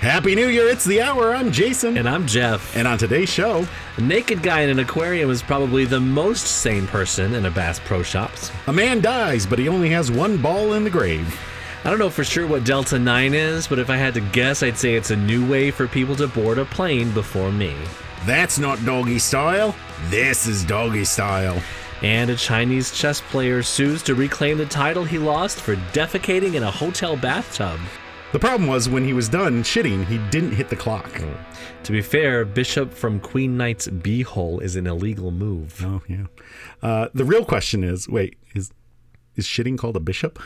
Happy New Year! It's the hour. I'm Jason. And I'm Jeff. And on today's show, A naked guy in an aquarium is probably the most sane person in a Bass Pro Shops. a man dies, but he only has one ball in the grave. I don't know for sure what Delta 9 is, but if I had to guess, I'd say it's a new way for people to board a plane before me. That's not doggy style. This is doggy style. And a Chinese chess player sues to reclaim the title he lost for defecating in a hotel bathtub. The problem was when he was done shitting, he didn't hit the clock. To be fair, Bishop from Queen Knight's Beehole is an illegal move. Oh yeah. Uh, the real question is, wait, is is shitting called a bishop?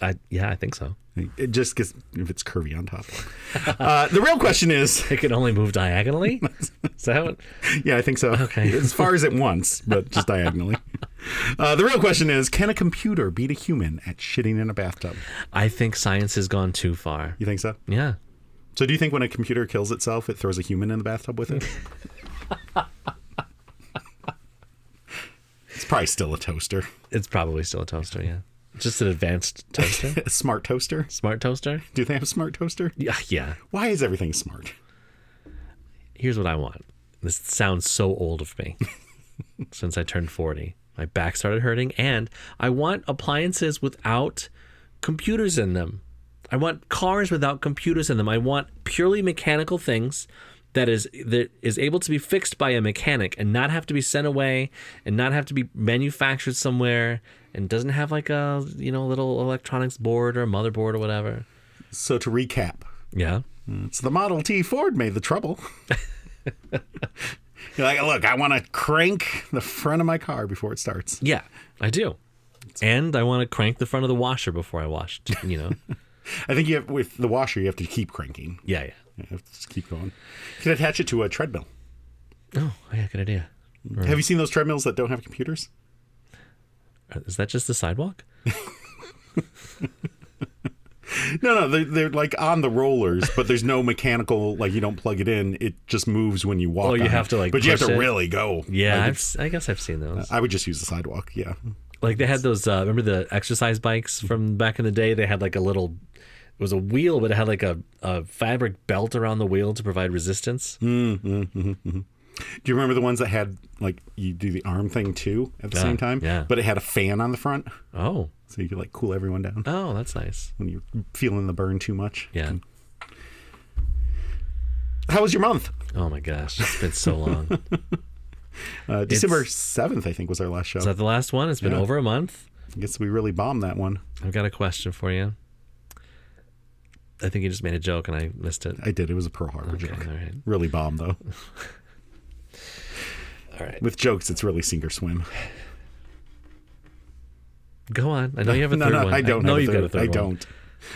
I, yeah, I think so. It just gets if it's curvy on top. Uh, the real question is, It can only move diagonally? is that what? yeah, I think so. Okay. As far as it wants, but just diagonally. Uh, the real question is, can a computer beat a human at shitting in a bathtub? I think science has gone too far. You think so? Yeah. So do you think when a computer kills itself, it throws a human in the bathtub with it? it's probably still a toaster, It's probably still a toaster, yeah. Just an advanced toaster? a smart toaster. Smart toaster? Do they have a smart toaster? Yeah, yeah. Why is everything smart? Here's what I want. This sounds so old of me. Since I turned 40, my back started hurting, and I want appliances without computers in them. I want cars without computers in them. I want purely mechanical things that is that is able to be fixed by a mechanic and not have to be sent away and not have to be manufactured somewhere and doesn't have like a you know little electronics board or a motherboard or whatever. So to recap, Yeah. it's the Model T Ford made the trouble. You're like, look, I want to crank the front of my car before it starts. Yeah, I do. And I want to crank the front of the washer before I wash, t- you know? I think you have with the washer, you have to keep cranking. yeah, yeah. You have to just keep going. You can attach it to a treadmill. Oh, yeah, good idea. Have you seen those treadmills that don't have computers? Uh, Is that just the sidewalk? No, no, they're, they're like on the rollers, but there's no mechanical. Like you don't plug it in; it just moves when you walk. Oh, you on have it. to, like, but you have push to it? really go. Yeah, Like, I've, s- I guess I've seen those. I would just use the sidewalk. Yeah, Like they had those, uh, remember the exercise bikes from back in the day? They had like a little, it was a wheel, but it had like a, a fabric belt around the wheel to provide resistance. do you remember the ones that had like you do the arm thing too at the Yeah, same time? yeah. But it had a fan on the front, Oh, so you could like cool everyone down oh, that's nice. when you're feeling the burn too much. Yeah. How was your month? Oh my gosh, it's been so long. Uh, December seventh, I think, was our last show. Is that the last one? It's been Yeah. over a month. I guess we really bombed that one. I've got a question for you. I think you just made a joke and I missed it. I did. It was a Pearl Harbor Okay, joke. all right. Really bomb though. All right. With jokes, it's really sink or swim. Go on. I know you have a no, third no, one. I don't. know have you've a third, got a third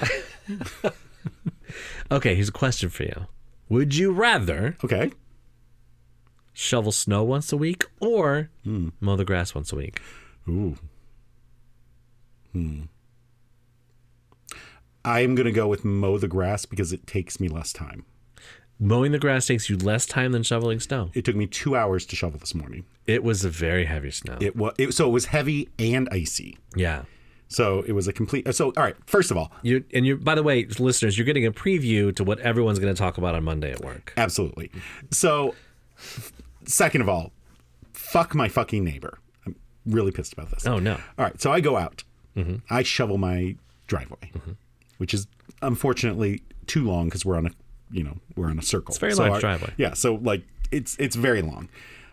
I one. don't. Okay, here's a question for you. Would you rather Okay. shovel snow once a week or mow the grass once a week? Ooh. Hmm. I'm gonna go with mow the grass because it takes me less time. Mowing the grass takes you less time than shoveling snow. It took me two hours to shovel this morning. It was a very heavy snow. It was it, so it was heavy and icy. yeah. So it was a complete. So all right, first of all, You and you're by the way, listeners, you're getting a preview to what everyone's going to talk about on Monday at work. absolutely. So second of all, fuck my fucking neighbor. I'm really pissed about this. Oh no. All right, so I go out. Mm-hmm. I shovel my driveway, which is unfortunately too long because we're on a you know we're on a circle. It's very large driveway. Yeah, so like it's it's very long,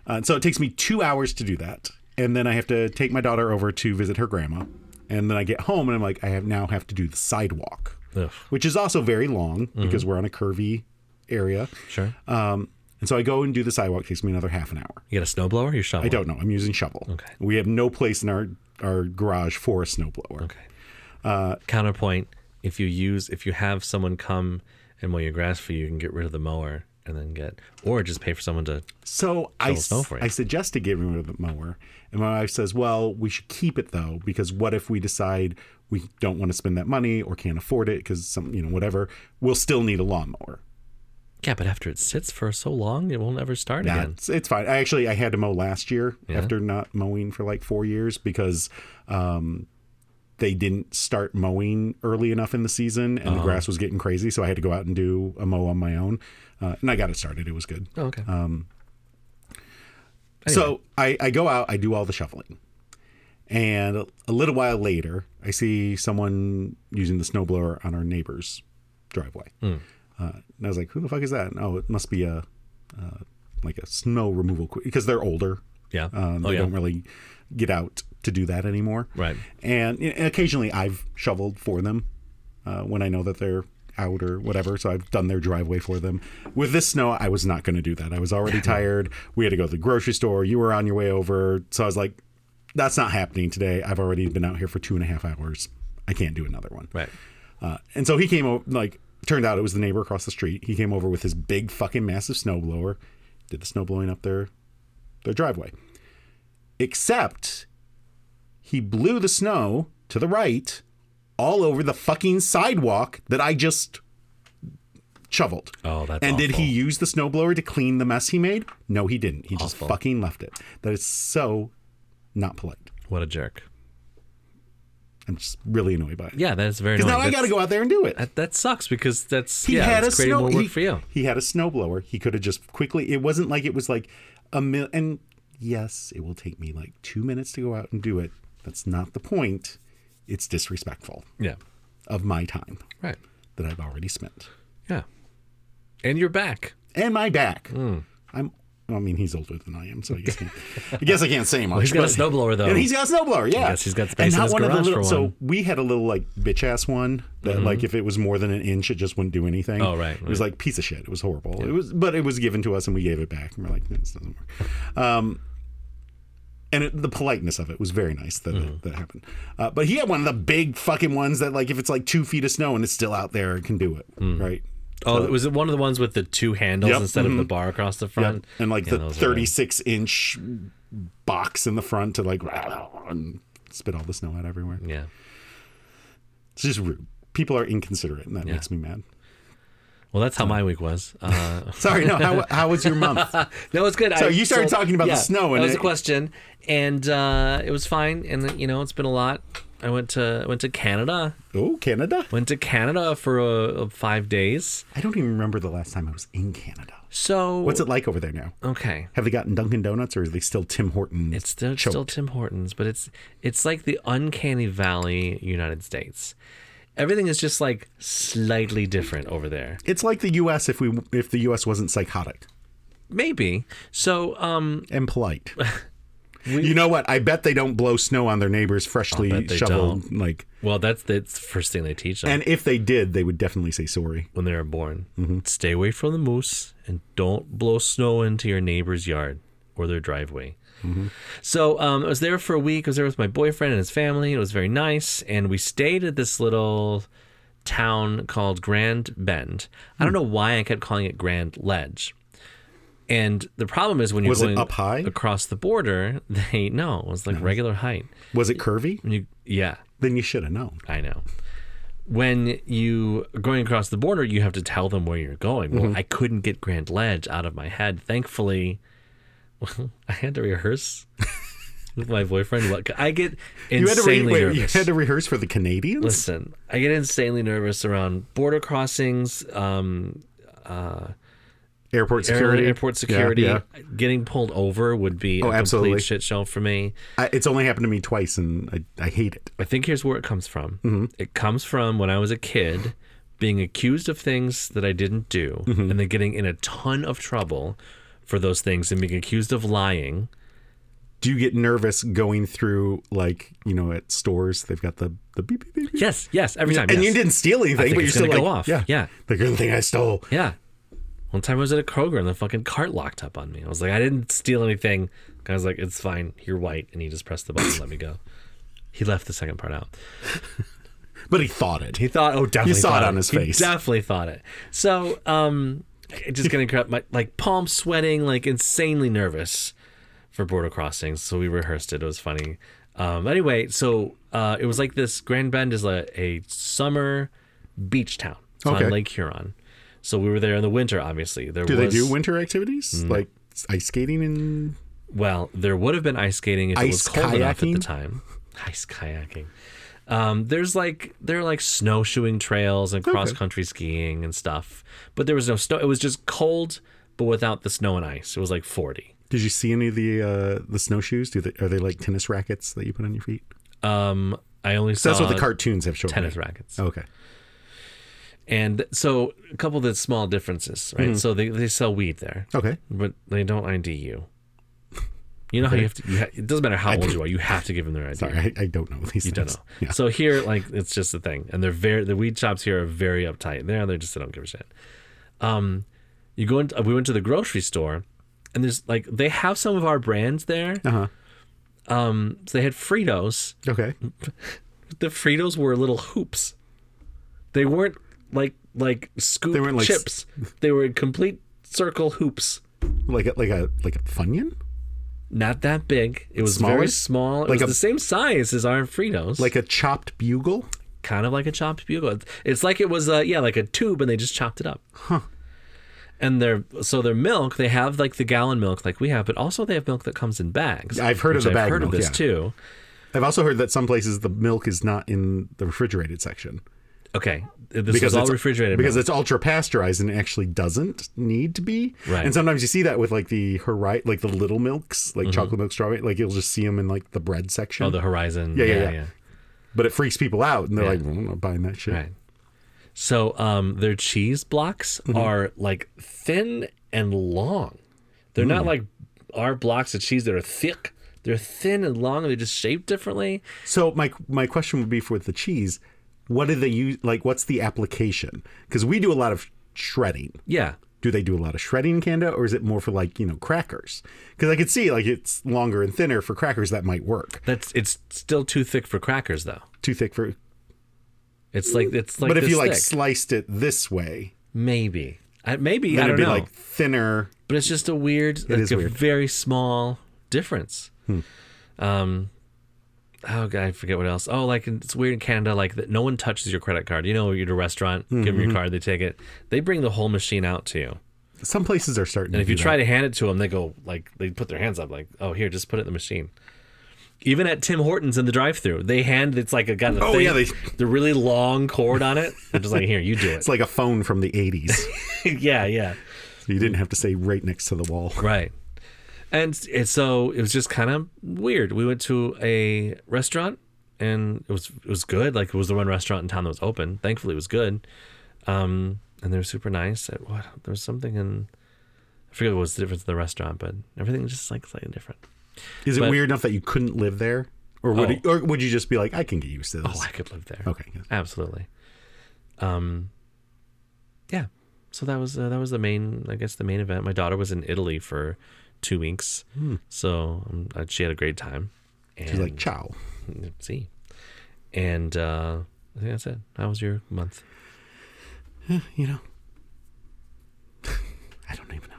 uh, so it takes me two hours to do that, and then I have to take my daughter over to visit her grandma, and then I get home and I'm like I have now have to do the sidewalk, Ugh. which is also very long Mm-hmm. because we're on a curvy area, Sure. um, and so I go and do the sidewalk. It takes me another half an hour. You got a snowblower? You're shoveling. I don't know. I'm using shovel. Okay. We have no place in our our garage for a snowblower. Okay. Counterpoint: If you use, if you have someone come and mow your grass for you, you can get rid of the mower and then get, or just pay for someone to. So I, Shovel snow for you. I suggested getting rid of the mower, and my wife says, "Well, we should keep it though, because what if we decide we don't want to spend that money or can't afford it because some you know whatever, we'll still need a lawnmower." Yeah, but after it sits for so long, it won't ever start Nah, again. it's, it's fine. I actually I had to mow last year after not mowing for like four years because um, they didn't start mowing early enough in the season and the grass was getting crazy. So I had to go out and do a mow on my own. Uh, and I got it started. It was good. Oh, okay. So I, I go out, I do all the shuffling. And a, a little while later, I see someone using the snowblower on our neighbor's driveway. Hmm. Uh, and I was like, who the fuck is that? And, oh, it must be a, uh, like a snow removal, because they're older. yeah. Um, oh, they yeah. don't really get out to do that anymore. Right. And, you know, occasionally I've shoveled for them uh, when I know that they're out or whatever. So I've done their driveway for them. With this snow, I was not going to do that. I was already tired. We had to go to the grocery store. You were on your way over. So I was like, that's not happening today. I've already been out here for two and a half hours. I can't do another one. Right. Uh, and so he came over, like, turned out it was the neighbor across the street. He came over with his big fucking massive snowblower, did the snow blowing up their, their driveway. Except he blew the snow to the right all over the fucking sidewalk that I just shoveled. Oh, that's And did awful. he use the snowblower to clean the mess he made? No, he didn't. He just Awful. fucking left it. That is so not polite. What a jerk. I'm just really annoyed by it. Yeah, that's very. Because now annoying. I got to go out there and do it. That, that sucks because that's he yeah, had a that's creating snow more work he, for you. he had a snowblower. He could have just quickly. It wasn't like it was like a mil. And yes, it will take me like two minutes to go out and do it. That's not the point. It's disrespectful Yeah. of my time Right. that I've already spent Yeah. And you're back. and my back. Hmm. I'm. I mean, he's older than I am, so I guess, I, guess I can't say much. He's got a but- snowblower though. And he's got a snowblower, yeah. guess he's got space and in not his one of the garage little, for So one. Mm-hmm. we had a little like bitch ass one that like if it was more than an inch, it just wouldn't do anything. Oh, right, It was like piece of shit. It was horrible. It was, but it was given to us and we gave it back. And we're like, this doesn't work. Um, and it, the politeness of it was very nice that Mm-hmm. that happened. Uh, but he had one of the big fucking ones that like if it's like two feet of snow and it's still out there, it can do it, right? oh, was it one of the ones with the two handles Yep, Mm-hmm. instead of the bar across the front? And like Yeah, the those are- 36 inch box in the front to like and spit all the snow out everywhere. Yeah. It's just rude. People are inconsiderate, and that makes me mad. Well, that's how my week was. Uh, Sorry, no. How, how was your month? No, it's good. So you started talking about the snow and that was it- a question, and uh, it was fine. And you know, it's been a lot. I went to went to Canada. oh, Canada. Went to Canada for uh, five days. I don't even remember the last time I was in Canada. So What's it like over there now? Okay, Have they gotten Dunkin' Donuts, or are they still Tim Horton? it's still, choked? still Tim Hortons, but it's it's like the uncanny valley United States. Everything is just like slightly different over there. It's like the U.S. if we if the U.S. wasn't psychotic Maybe. So, um, and polite. you know what? I bet they don't blow snow on their neighbors freshly bet they shoveled. Like, well, that's that's the first thing they teach them and if they did, they would definitely say sorry. when they are born. Mm-hmm. Stay away from the moose and don't blow snow into your neighbor's yard or their driveway. Mm-hmm. So um, I was there for a week. I was there with my boyfriend and his family. It was very nice, and we stayed at this little town called Grand Bend. Hmm. I don't know why I kept calling it Grand Ledge. And the problem is when you're Was it going up high? across the border, they no, it was like regular height. Was it curvy? When you yeah, Then you should have known. I know. When you are going across the border, you have to tell them where you're going. Well, Mm-hmm. I couldn't get Grand Ledge out of my head. Thankfully, well, I had to rehearse with my boyfriend. Look, I get You had, to re- insanely wait, you nervous. had to rehearse for the Canadians. Listen, I get insanely nervous around border crossings, um, airport air- security. airport Yeah, security. yeah. Getting pulled over would be Oh, a absolutely. complete shit show for me. I, it's only happened to me twice, and I, I hate it. I think here's where it comes from. Mm-hmm. It comes from when I was a kid being accused of things that I didn't do Mm-hmm. and then getting in a ton of trouble for those things and being accused of lying. Do you get nervous going through like you know at stores they've got the the beep beep beep, beep. Yes, yes, every time. and yes. you didn't steal anything, think but you're it's still gonna like go off. yeah Yeah. like you're the thing I stole. Yeah. One time I was at a Kroger and the fucking cart locked up on me. I was like, I didn't steal anything. I was like, it's fine. You're white. And he just pressed the button and let me go. He left the second part out. But he thought it. He thought, oh, definitely. You saw it thought on his He face. definitely thought it. So, um, it just gonna corrupt my like palm sweating, like insanely nervous for border crossings. So we rehearsed it. It was funny. Um, anyway, so uh, it was like this. Grand Bend is a, a summer beach town. It's Okay. on Lake Huron. So we were there in the winter. Obviously, there do was Mm. they do winter activities like ice skating and well, there would have been ice skating if it was Ice cold enough at the kayaking? time. Ice kayaking. Um, there's like there are like snowshoeing trails and cross country skiing and stuff, but there was no snow. It was just cold, but without the snow and ice. It was like 40. Did you see any of the uh, the snowshoes? Do they, are they like tennis rackets that you put on your feet? Um, I only saw That's what the cartoons have shown. tennis me. rackets. Okay. And so a couple of the small differences, right? Mm-hmm. So they, they sell weed there, Okay. but they don't ID you. You know how you have to. You ha- it doesn't matter how old you are. You have to give them their ID. Sorry, I, I don't know these You don't things. know. Yeah. So here, like, it's just a thing, and they're very the weed shops here are very uptight. There, they're just they don't give a shit. Um, you go into we went to the grocery store, and there's like they have some of our brands there. Uh-huh. Um, so they had Fritos. Okay. The Fritos were little hoops. They weren't like like scoop They weren't like chips. they were complete circle hoops. Like a, like a like a funyun? Not that big. It was Smaller? very small. It Like was a- the same size as our Fritos. Like a chopped bugle? kind of like a chopped bugle. It's like it was a yeah, like a tube, and they just chopped it up. Huh. And their so their milk, they have like the gallon milk like we have, but also they have milk that comes in bags. I've heard of which the bag I've heard milk, of this yeah. too. I've also heard that some places the milk is not in the refrigerated section. Okay, this was all it's- refrigerated. because milk. it's ultra pasteurized and it actually doesn't need to be. Right. And sometimes you see that with like the hori- like the little milks, Mm-hmm. like chocolate milk, strawberry. Like you'll just see them in like the bread section. oh, the Horizon. yeah, yeah. but it freaks people out, and they're like, "Mm, "I'm not buying that shit." Right. So um, their cheese blocks Mm-hmm. are like thin and long. They're Mm. not like our blocks of cheese that are thick. They're thin and long, and they're just shaped differently. So my my question would be for the cheese, what do they use? Like, what's the application? Because we do a lot of shredding. Yeah. Do they do a lot of shredding in Canada, or is it more for like you know crackers? Because I could see like it's longer and thinner for crackers that might work. That's it's still too thick for crackers though. Too thick for. It's like it's like but if this you like thick. sliced it this way, maybe I, maybe then I it'd don't be know. like thinner. but it's just a weird, like is a weird. Hmm. very small difference. Um, oh god, I forget what else. Oh, like it's weird in Canada, like that no one touches your credit card. You know, you're at a restaurant, give Mm-hmm. them your card, they take it, they bring the whole machine out to you. Some places are starting. And to if you do try to hand it to them, they go like they put their hands up, like, "Oh, here, just put it in the machine." Even at Tim Hortons in the drive-through, they hand it's like a got a Oh, thing, yeah, they- the really long cord on it. They're just like, "Here, you do It's like a phone from the '80s. it." yeah, yeah, you didn't have to say right next to the wall. right. And, and so it was just kind of weird. We went to a restaurant, and it was it was good. Like it was the one restaurant in town that was open. Thankfully, it was good. Um, and they were super nice. At what there was something in, I forget what was the difference in the restaurant, but everything was just like slightly different. Is it But- weird enough that you couldn't live there, or would Oh. it- or would you just be like, I can get used to this? Oh, I could live there. Okay. yeah. Absolutely. Um, yeah. So that was uh, that was the main, I guess, the main event. My daughter was in Italy for two weeks, so um, uh, she had a great time. And Hmm. She's like, ciao. see, and uh, I think that's it. How was your month? You know, I don't even know.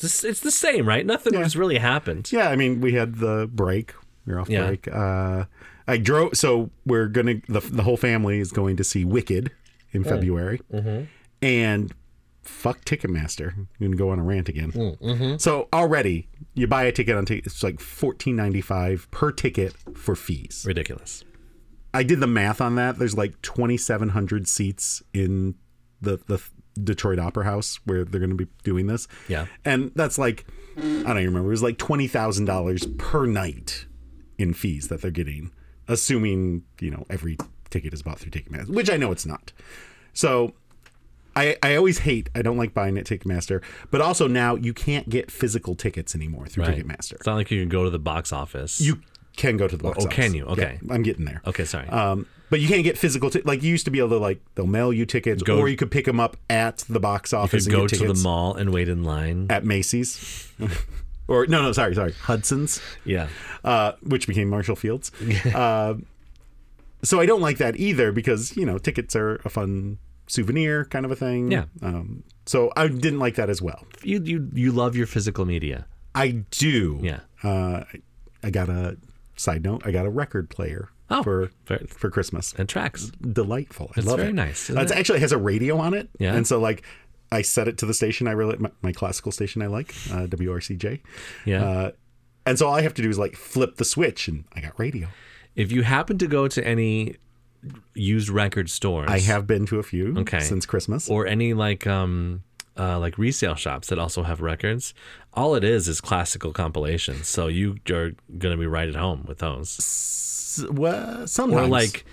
It's, it's the same, right? Nothing Yeah. has really happened. Yeah, I mean, we had the break. We were off Yeah. break. Uh, I drove, so we're gonna. The, the whole family is going to see Wicked in February, and fuck Ticketmaster. I'm gonna go on a rant again. So already, you buy a ticket on ticket. It's like fourteen ninety five per ticket for fees. Ridiculous. I did the math on that. There's like 2,700 seats in the the Detroit Opera House where they're going to be doing this. Yeah. and that's like I don't even remember. It was like twenty thousand dollars per night in fees that they're getting, assuming you know every ticket is bought through Ticketmaster, which I know it's not. So. I, I always hate I don't like buying at Ticketmaster, but also now you can't get physical tickets anymore through Right. Ticketmaster. It's not like you can go to the box office. You can go to the box. oh, office. can you? Yeah, Okay. I'm getting there. okay? Sorry. Um, but you can't get physical. T- like you used to be able to like they'll mail you tickets, Go- or you could pick them up at the box you office could go and get to the tickets Uh, mall and wait in line. at Macy's, or no, no, sorry, sorry, Hudson's, Yeah. uh, which became Marshall Fields. uh, so I don't like that either because you know tickets are a fun souvenir kind of a thing. Yeah. Um, so I didn't like that as well. You you you love your physical media. I do. Yeah. Uh, I- I got a side note. I got a record player Oh. for Very- for Christmas. and tracks. delightful. I It's love very it. nice, It isn't it? actually has a radio on it. Yeah. And so like I set it to the station I really my, my classical station I like, uh, WRCJ. Yeah. Uh, and so all I have to do is like flip the switch and I got radio. If you happen to go to any used record stores, I have been to a few Okay. since Christmas. or any like um uh, like resale shops that also have records. All it is is classical compilations. So you are gonna be right at home with those. S- well, Or sometimes. like,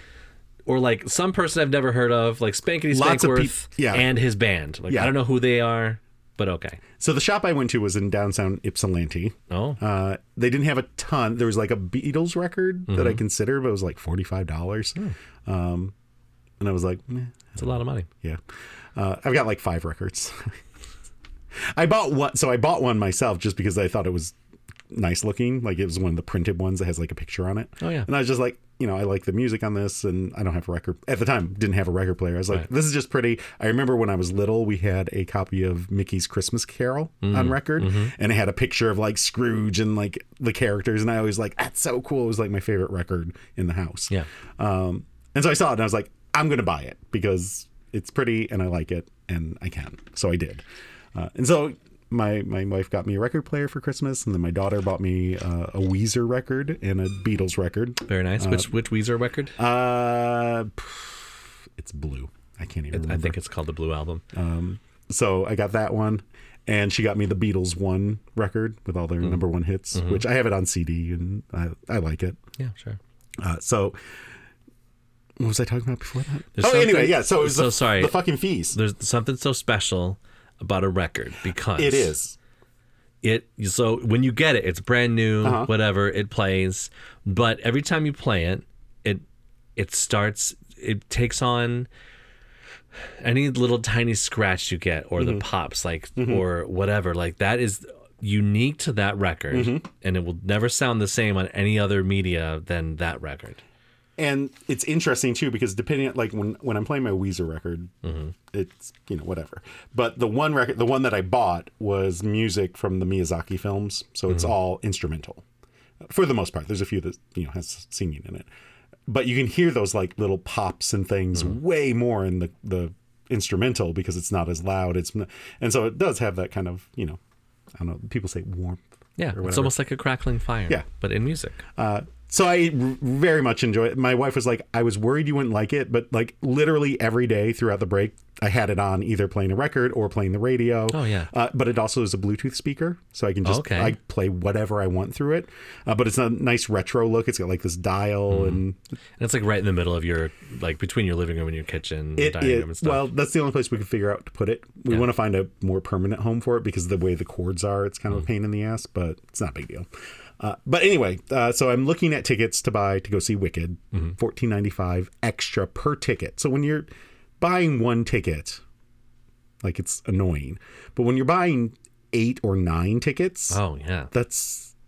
or like some person I've never heard of, like Spankity Lots of peop- Spankworth, yeah. and his band. Like Yeah. I don't know who they are, but okay. So the shop I went to was in downtown Ypsilanti. Oh, Uh, they didn't have a ton. There was like a Beatles record that Mm-hmm. I considered, but it was like forty five dollars. Hmm. Um, and I was like, meh, it's a lot of money. yeah, uh, I've got like five records. I bought one, so I bought one myself just because I thought it was nice looking. Like it was one of the printed ones that has like a picture on it. Oh, yeah. and I was just like, you know, I like the music on this, and I don't have a record at the time. Didn't have a record player. I was like, Right. this is just pretty. I remember when I was little, we had a copy of Mickey's Christmas Carol Mm-hmm. on record, and it had a picture of like Scrooge and like the characters, and I always like that's so cool. It was like my favorite record in the house. Yeah. Um, and so I saw it, and I was like, I'm gonna buy it because it's pretty and I like it, and I can. So I did. Uh, and so my my wife got me a record player for Christmas, and then my daughter bought me uh, a Weezer record and a Beatles record. Very nice. which which Weezer record? Uh, pff, it's blue. I can't even I remember. Uh, think it's called the Blue Album. So I got that one, and she got me the Beatles one record with all their number one hits, which I have it on CD and I, I like it. yeah, sure. Uh, so what was I talking about before that? There's oh, anyway, something- yeah. So it was so the, sorry. the fucking fees. There's something so special about a record because It is. it so when you get it it's brand new Uh-huh. whatever it plays but every time you play it it it starts it takes on any little tiny scratch you get or Mm-hmm. the pops like or whatever like that is unique to that record Mm-hmm. and it will never sound the same on any other media than that record and it's interesting too because depending on like when when I'm playing my Weezer record, it's you know whatever. But the one record, the one that I bought was music from the Miyazaki films, so it's all instrumental for the most part. There's a few that you know has singing in it, but you can hear those like little pops and things way more in the the instrumental because it's not as loud. It's n- and so it does have that kind of you know I don't know. People say warmth. yeah it's whatever. almost like a crackling fire Yeah. but in music Uh, so I r- very much enjoy it. My wife was like, I was worried you wouldn't like it, but like literally every day throughout the break, I had it on either playing a record or playing the radio. Oh, yeah. Uh, but it also is a Bluetooth speaker, so I can just Okay. I play whatever I want through it. Uh, but it's a nice retro look. It's got like this dial Hmm. and and it's like right in the middle of your like between your living room and your kitchen it, dining room and it stuff well that's the only place we could figure out to put it. We want to find a more permanent home for it because of the way the cords are, it's Mm. kind of a pain in the ass, but it's not a big deal. Uh, but anyway, uh, so I'm looking at tickets to buy to go see Wicked, Mm-hmm. fourteen ninety five extra per ticket. So when you're buying one ticket, like it's annoying, but when you're buying eight or nine tickets, oh yeah that's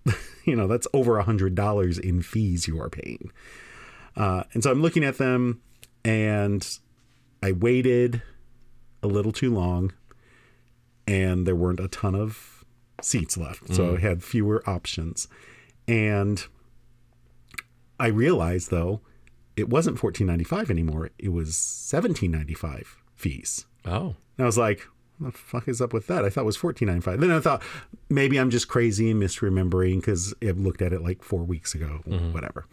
you know that's over a hundred dollars in fees you are paying uh, and so i'm looking at them and i waited a little too long and there weren't a ton of seats left so i had fewer options and i realized though it wasn't 14.95 anymore it was 17.95 fees oh and I was like, what the fuck is up with that? I thought it was fourteen ninety five. Then I thought maybe I'm just crazy and misremembering because I looked at it like four weeks ago, whatever.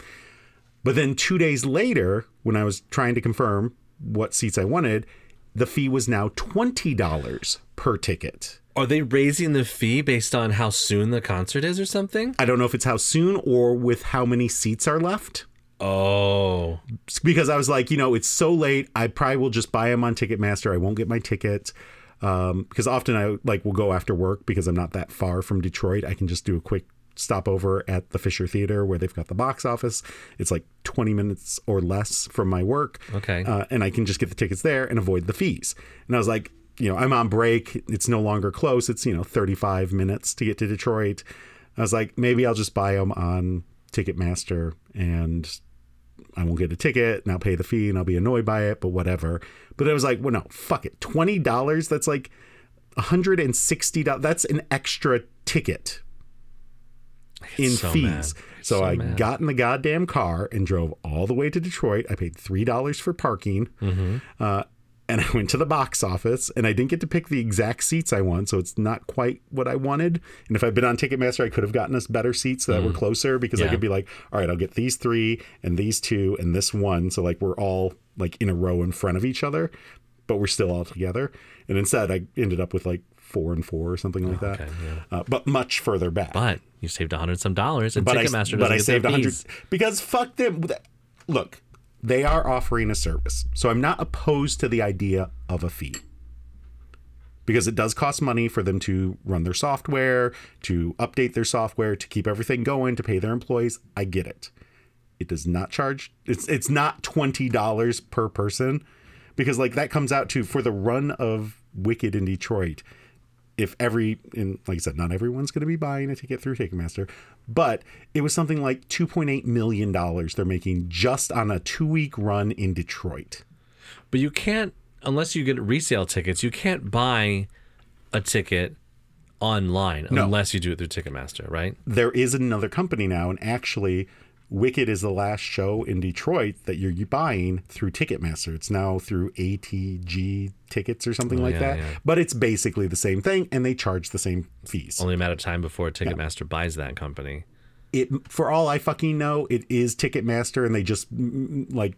But then two days later, when I was trying to confirm what seats I wanted, the fee was now twenty dollars per ticket. Are they raising the fee based on how soon the concert is or something? I don't know if it's how soon or with how many seats are left. Oh, because I was like, you know, it's so late. I probably will just buy them on Ticketmaster. I won't get my ticket um, because often I like will go after work because I'm not that far from Detroit. I can just do a quick stopover at the Fisher Theater where they've got the box office. It's like 20 minutes or less from my work. Okay. uh, and I can just get the tickets there and avoid the fees. And I was like, you know, I'm on break. It's no longer close. It's you know 35 minutes to get to Detroit. I was like, maybe I'll just buy them on Ticketmaster and I won't get a ticket and I'll pay the fee and I'll be annoyed by it, but whatever. But I was like, well, no, fuck it. Twenty dollars. That's like hundred and sixty dollars. That's an extra ticket in so fees. mad. So, So I mad. got in the goddamn car and drove all the way to Detroit. I paid three dollars for parking, uh, and I went to the box office and I didn't get to pick the exact seats I want, so it's not quite what I wanted. And if I'd been on Ticketmaster, I could have gotten us better seats that were closer because I Mm. Yeah. could be like, all right, I'll get these three and these two and this one. So like we're all like in a row in front of each other, but we're still all together. And instead I ended up with like four and four or something like that. Oh, okay, uh, but much further back. But you saved a hundred some dollars, and But I, Ticketmaster doesn't but I get their saved 100 fees. because fuck them. Look, they are offering a service. So I'm not opposed to the idea of a fee. Because it does cost money for them to run their software, to update their software, to keep everything going, to pay their employees. I get it. It does not charge it's it's not $20 per person because like that comes out to for the run of Wicked in Detroit if every and like I said, not everyone's going to be buying a ticket through Ticketmaster, but it was something like 2.8 million dollars they're making just on a two-week run in Detroit. But you can't unless you get resale tickets. You can't buy a ticket online unless you do it through Ticketmaster, right? There is another company now, and actually, Wicked is the last show in Detroit that you're buying through Ticketmaster. It's now through ATG tickets or something like Oh, yeah, that, yeah. but it's basically the same thing, and they charge the same fees. Only a matter of time before Ticketmaster buys that company. it for all I fucking know, it is Ticketmaster, and they just mm, like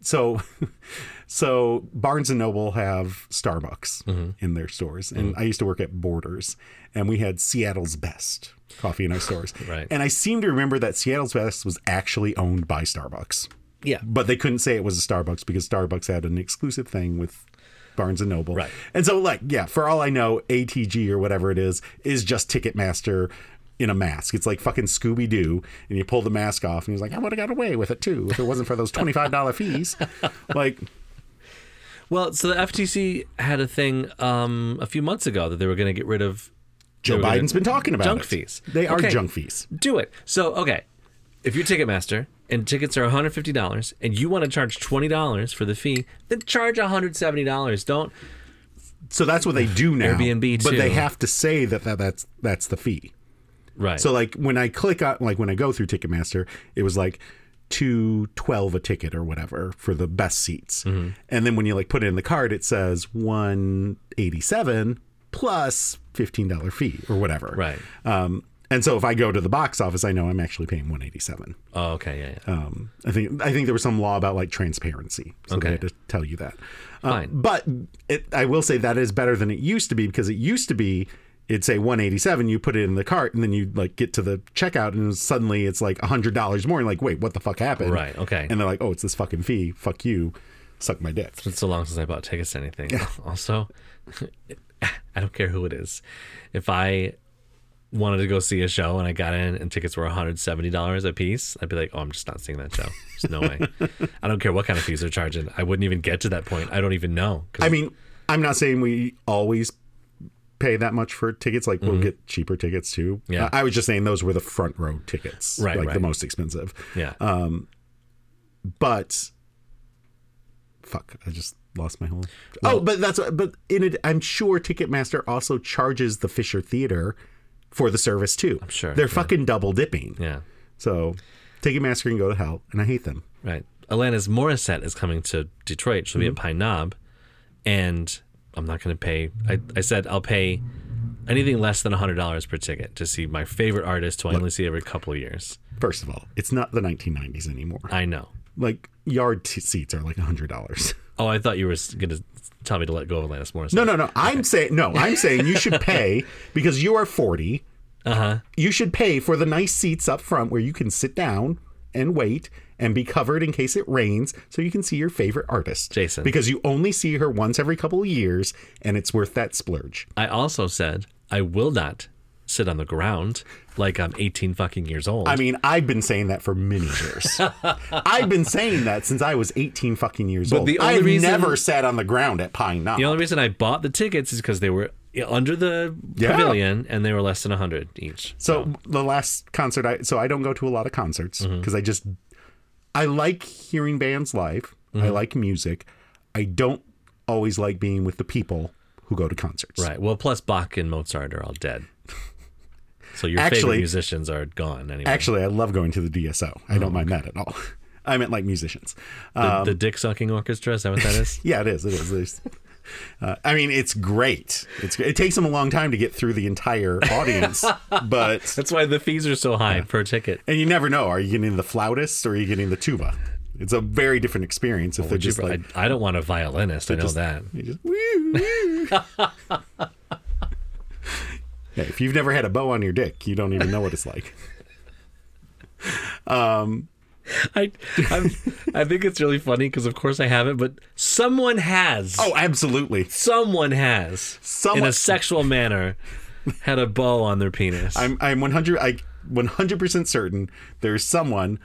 so. So Barnes and Noble have Starbucks in their stores, and I used to work at Borders, and we had Seattle's Best coffee in our stores. Right. And I seem to remember that Seattle's Best was actually owned by Starbucks, Yeah. but they couldn't say it was a Starbucks because Starbucks had an exclusive thing with. Barnes and Noble. Right. And so like, yeah, for all I know, ATG or whatever it is is just Ticketmaster in a mask. It's like fucking Scooby Doo and you pull the mask off and he's like, I would have got away with it too if it wasn't for those $25 fees. Like Well, so the FTC had a thing um, a few months ago that they were going to get rid of Joe they were gonna- Biden's been talking about junk it. fees. They are Okay. junk fees. Do it. So, okay, if you're Ticketmaster and tickets are $150 and you want to charge $20 for the fee, then charge $170. Don't. So that's what they do now. Airbnb but too. they have to say that, that that's that's the fee. Right. So like when I click on like when I go through Ticketmaster, it was like two twelve a ticket or whatever for the best seats. And then when you like put it in the card, it says one eighty seven plus fifteen dollar fee or whatever. Right. Um, and so if I go to the box office, I know I'm actually paying one eighty seven. Oh, okay. Yeah. yeah. Um, I think I think there was some law about like transparency, so Okay. they had to tell you that. Um, Fine. but it, I will say that is better than it used to be because it used to be it'd say 187, you put it in the cart, and then you like get to the checkout, and suddenly it's like hundred dollars more. And like, wait, what the fuck happened? Right, okay. And they're like, oh, it's this fucking fee. Fuck you, suck my dick. It's been so long since I bought tickets to anything. Also, I don't care who it is. If I wanted to go see a show and I got in and tickets were $170 a piece, I'd be like, oh, I'm just not seeing that show. There's no way. I don't care what kind of fees they're charging. I wouldn't even get to that point. I don't even know. 'Cause- I mean, I'm not saying we always pay that much for tickets. Like we'll get cheaper tickets too. Mm-hmm. Yeah. I I was just saying those were the front row tickets, Right, like the right. most expensive. yeah. but fuck i just lost my whole oh but that's but in it i'm sure ticketmaster also charges the fisher theater for the service too i'm sure, they're yeah. fucking double dipping yeah. so ticketmaster can go to hell and i hate them Right. Alanis Morissette is coming to Detroit. She'll be at Mm-hmm. Pine Knob. And I'm not going to pay. I, I said I'll pay anything less than $100 per ticket to see my favorite artist who I only see every couple of years. first of all it's not the 1990s anymore I know. like yard t- seats are like $100 Oh, I thought you were going to tell me to let go of Alanis Morissette. no no no i'm saying no i'm saying you should pay because you are 40 Uh-huh. you should pay for the nice seats up front where you can sit down and wait and be covered in case it rains so you can see your favorite artist Jason. because you only see her once every couple of years and it's worth that splurge I also said I will not sit on the ground like I'm 18 fucking years old. i mean i've been saying that for many years i've been saying that since i was 18 fucking years old the only i've reason- never sat on the ground at pine knob the only reason I bought the tickets is because they were under the Yeah. pavilion and they were less than 100 each. So the last concert I so I don't go to a lot of concerts Mm-hmm. because I just I like hearing bands live. I Mm-hmm. like music. I don't always like being with the people who go to concerts. Right. Well, plus Bach and Mozart are all dead. So your Actually- favorite musicians are gone anyway. Oh, Actually, I love going to the DSO. I don't mind that at all. I meant like musicians. The, the dick sucking orchestra. Is that what that is? Yeah, it is. It is. There's, uh, I mean, it's great. It's it takes them a long time to get through the entire audience, but That's why the fees are so high per ticket. and you never know. Are you getting the flautist or are you getting the tuba? It's a very different experience if they're Would you- just like I, I don't want a violinist. I know that. you just, "Woo, woo." yeah, if you've never had a bow on your dick, you don't even know what it's like. I I'm, I think it's really funny because of course I haven't, but someone has. Oh, absolutely. someone has in Someone- a sexual manner had a bow on their penis. I'm I'm 100 I 100% certain there's someone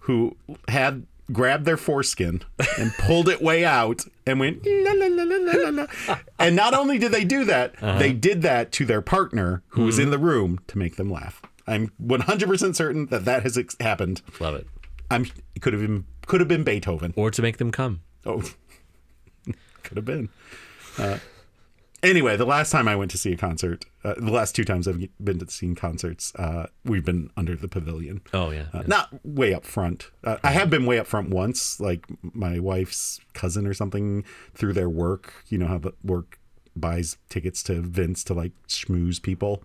who had grabbed their foreskin and pulled it way out and went la, la, la, la, la, la, la. and not only did they do that they did that to their partner who was in the room to make them laugh I'm 100% certain that that has ex- happened Love it. I'm it could have been could have been Beethoven Or to make them come. oh could have been Uh, anyway, the last time I went to see a concert, uh, the last two times I've been to see concerts, uh, we've been under the pavilion. Oh yeah. Uh, not way up front. Uh, I have been way up front once, like my wife's cousin or something through their work. You know how the work buys tickets to events to like schmooze people.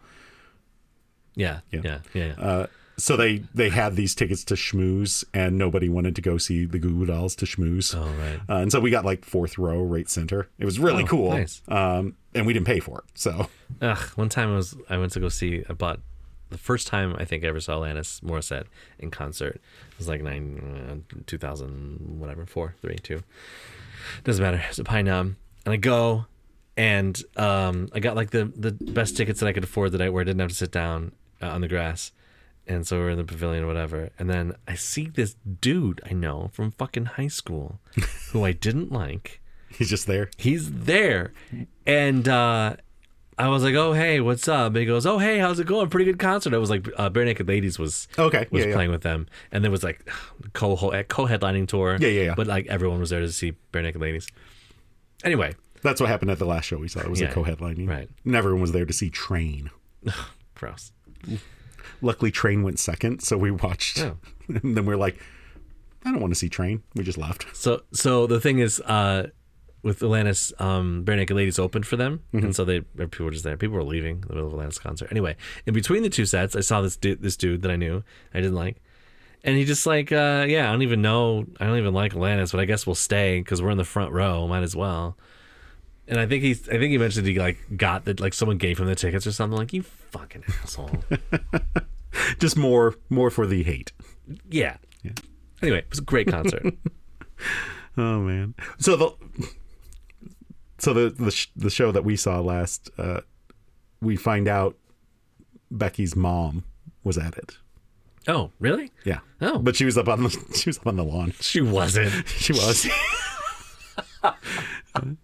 yeah. Yeah. Yeah. Yeah. So they they had these tickets to schmooze, and nobody wanted to go see the Goo Goo Dolls to schmooze. oh right. Uh, and so we got like fourth row, right center. It was really Oh, cool. nice. Um, and we didn't pay for it, so Ugh, one time I was I went to go see I bought the first time I think I ever saw Alanis Morissette in concert. It was like nine uh, two thousand whatever four three two. Doesn't matter. It's a pine numb, and I go, and um, I got like the the best tickets that I could afford that I where I didn't have to sit down uh, on the grass. And so we're in the pavilion, or whatever. And then I see this dude I know from fucking high school, who I didn't like he's just there. he's there and uh I was like, "Oh hey, what's up?" And he goes, "Oh hey, how's it going? Pretty good concert." I was like, uh, "Bare Naked Ladies was Okay, was yeah, yeah. playing with them, and there was like co co headlining tour. Yeah, yeah, yeah. But like everyone was there to see Bare Naked Ladies. Anyway, That's what happened at the last show we saw. It was a Yeah, co-headlining. right. And everyone was there to see Train. gross. Luckily, Train went second, so we watched. Oh. And then we are like, I don't want to see Train. We just left. So so the thing is, uh, with Atlantis, um, Bare Naked Ladies opened for them, and so they people were just there. People were leaving in the middle of Atlantis concert. Anyway, in between the two sets, I saw this du- this dude that I knew I didn't like, and he just like, uh, yeah, I don't even know, I don't even like Atlantis, but I guess we'll stay because we're in the front row, might as well. And I think he's, I think he mentioned he like got that like someone gave him the tickets or something. Like you fucking asshole. Just more, more for the hate. yeah. Anyway, it was a great concert. Oh man. So the, so the the, sh- the show that we saw last, uh, we find out Becky's mom was at it. oh, really? Yeah. Oh. But she was up on the she was up on the lawn. She wasn't. She was.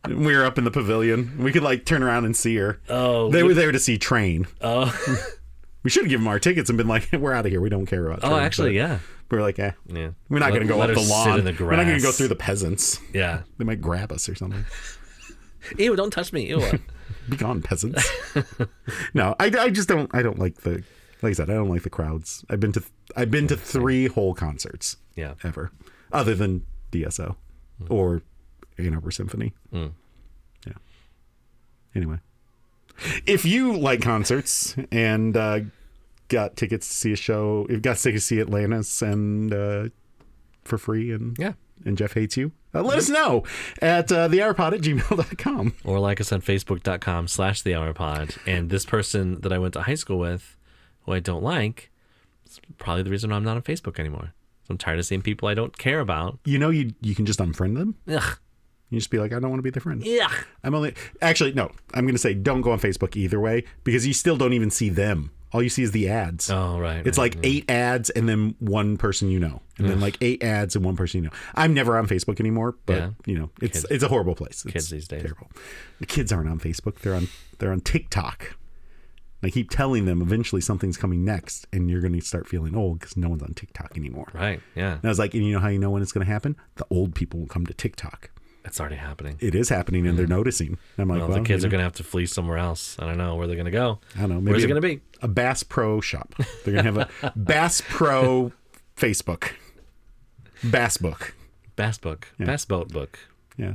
we were up in the pavilion. We could like turn around and see her. Oh, They were there to see Train. oh. We should have given them our tickets and been like, "We're out of here. We don't care about." Train. Oh, actually, yeah. We were like, "Eh, Yeah. we're not Let- going to go let up her the sit lawn. in the We're not going to go grass. through the peasants. Yeah. They might grab us or something. Ew, don't touch me. Ew. Be gone, peasants." no, I, I just don't. I don't like the. Like I said, I don't like the crowds. I've been to I've been to three whole concerts yeah. Mm. ever, other than DSO or Ann Arbor Symphony. Yeah. Anyway, if you like concerts and uh, got tickets to see a show, if got tickets to see Atlantis and uh, for free, and Yeah. and Jeff hates you. Uh, let us know at uh, thehourpod at gmail.com. Or like us on Facebook.com slash the hour pod. And this person that I went to high school with, who I don't like, is probably the reason I'm not on Facebook anymore. I'm tired of seeing people I don't care about. You know, you you can just unfriend them. Ugh. You just be like, I don't want to be their friend. Ugh. I'm only actually no. I'm going to say don't go on Facebook either way because you still don't even see them. All you see is the ads. Oh, right. It's right. like eight ads and then one person you know, and then like eight ads and one person you know. I'm never on Facebook anymore, but Yeah. you know, it's it's a horrible place. It's Kids these days. terrible. The kids aren't on Facebook. They're on they're on TikTok. And I keep telling them eventually something's coming next, and you're going to start feeling old because no one's on TikTok anymore. Right. Yeah. And I was like, and you know how you know when it's going to happen? The old people will come to TikTok. It's already happening. It is happening, and they're noticing. And I'm like, Mm. Well, well, the kids you are going to have to flee somewhere else. I don't know where they're going to go. I don't know. Maybe Where's it a- going to be? a Bass Pro shop. They're gonna have a Bass Pro Facebook. Bass book. Bass book. Bass boat book. Yeah.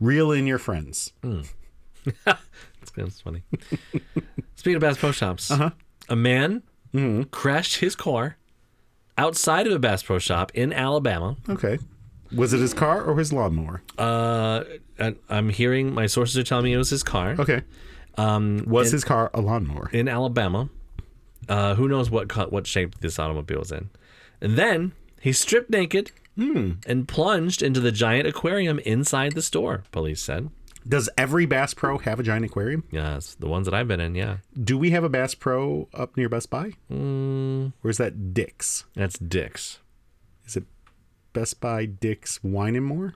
Reel in your friends. Mm. That's, that's funny. Speaking of Bass Pro Shops, Uh-huh. a man Mm-hmm. crashed his car outside of a Bass Pro Shop in Alabama. Okay. Was it his car or his lawnmower? Uh, and I'm hearing my sources are telling me it was his car Okay. Um, was his car a lawnmower? in Alabama. Uh, who knows what cut, what shape this automobile was in? And then he stripped naked Hmm. and plunged into the giant aquarium inside the store. Police said. Does every Bass Pro have a giant aquarium? Yes, the ones that I've been in. Yeah, Do we have a Bass Pro up near Best Buy? Mm. Or is that Dick's? that's dicks. Is it Best Buy, Dick's, Wine and More?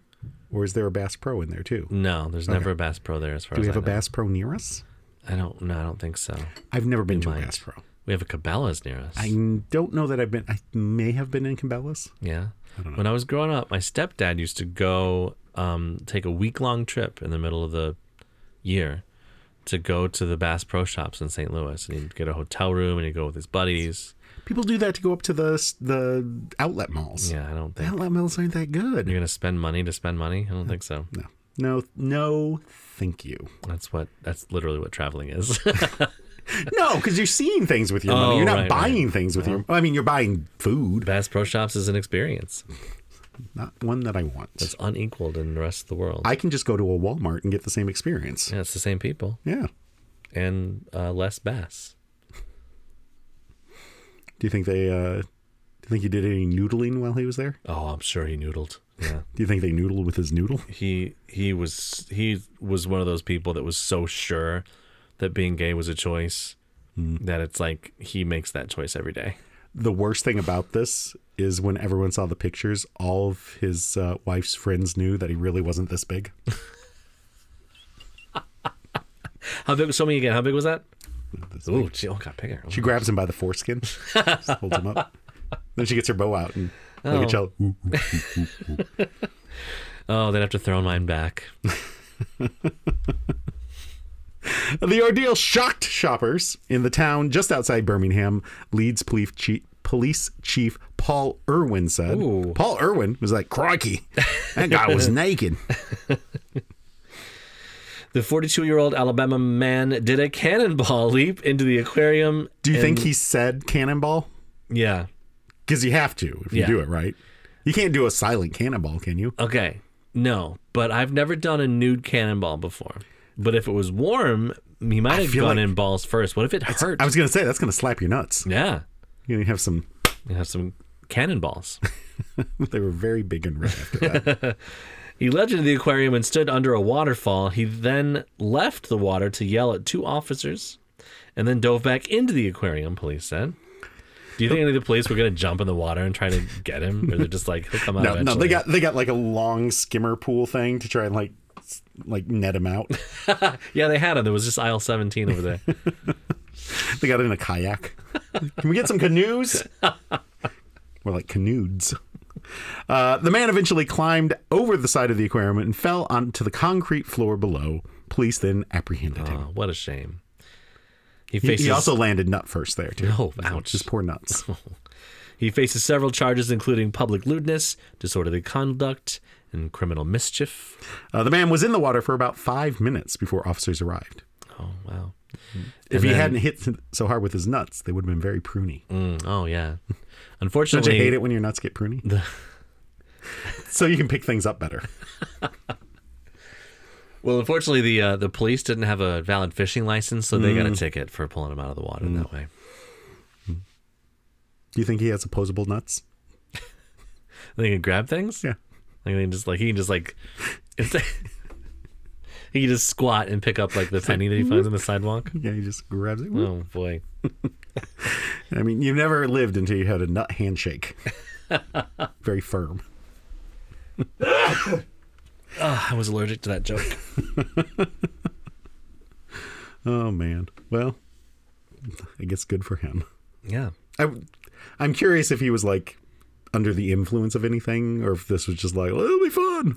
Or is there a Bass Pro in there too? No, there's never a Bass Pro there as far Do we as have I a know. Bass Pro near us? I don't. No, I don't think so. I've never been to a might. Bass Pro. We have a Cabela's near us. I don't know that I've been. I may have been in Cabela's. yeah. When I was growing up, my stepdad used to go um, take a week long trip in the middle of the year to go to the Bass Pro Shops in St. Louis, and he'd get a hotel room and he'd go with his buddies. People do that to go up to the the outlet malls. Yeah, I don't The think outlet malls aren't that good. you're gonna spend money to spend money. I don't think so. No, no, no. Thank you. That's what. That's literally what traveling is. No, because you're seeing things with your money. Oh, You're not right, Uh-huh. buying things with your. I mean, you're buying food, Bass Pro Shops is an experience. not one that I want. It's unequaled in the rest of the world. I can just go to a Walmart and get the same experience. yeah, it's the same people Yeah. and uh, less bass. Do you think they? uh Do you think he did any noodling while he was there? Oh, I'm sure he noodled. Yeah. Do you think they noodled with his noodle? he he was he was one of those people that was so sure that being gay was a choice that it's like he makes that choice every day. the worst thing about this is when everyone saw the pictures, all of his uh, wife's friends knew that he really wasn't this big. How big? Show me again. How big was that? Ooh, gee, oh, got bigger. She grabs him by the foreskin, just holds him up. Then she gets her bow out and look at Chell. "Ooh, ooh." Oh, then I have to throw mine back. The ordeal shocked shoppers in the town just outside Birmingham. Leeds police chief, police chief Paul Irwin said. Ooh. Paul Irwin was like, "Crikey, that guy was naked." The 42 year old Alabama man did a cannonball leap into the aquarium. Do you think he said cannonball? Yeah. Because you have to if you Yeah. do it right. You can't do a silent cannonball, can you? Okay. No, but I've never done a nude cannonball before. But if it was warm, he might have feel gone like- in balls first. What if it hurt? I was gonna say that's gonna slap your nuts. yeah. You know, you have some. You have some cannonballs. They were very big and red after that. He led into the aquarium and stood under a waterfall. He then left the water to yell at two officers and then dove back into the aquarium, police said. Do you think any of the police were going to jump in the water and try to get him? Or they're just like, he'll come out no, eventually? no, they got they got like a long skimmer pool thing to try and like s- like net him out. yeah, they had him. There was just aisle 17 over there. They got in a kayak. Can we get some canoes? We're like canoes. Uh, the man eventually climbed over the side of the aquarium and fell onto the concrete floor below. Police then apprehended him. oh, what a shame. He He, faces, he also landed nut first there too. Oh, ouch. Just poor nuts. he faces several charges, including public lewdness, disorderly conduct, and criminal mischief. Uh, the man was in the water for about five minutes before officers arrived. Oh, wow. If And he then- hadn't hit so hard with his nuts, they would have been very pruny. Mm, oh, yeah. Don't you Unfortunately, hate it when your nuts get pruny? so you can pick things up better. Well, unfortunately, the uh, the police didn't have a valid fishing license, so they got a ticket for pulling him out of the water that way. Do you think he has opposable nuts? They can grab things. Yeah. Like they can just like he can just like it's he can just squat and pick up like the penny that he finds on the sidewalk. Yeah, he just grabs it. Oh boy. I mean, you've never lived until you had a nut handshake. very firm. Ah, I was allergic to that joke. Oh, man. Well, I guess good for him. Yeah. I, I'm curious if he was like under the influence of anything or if this was just like, it'll be fun.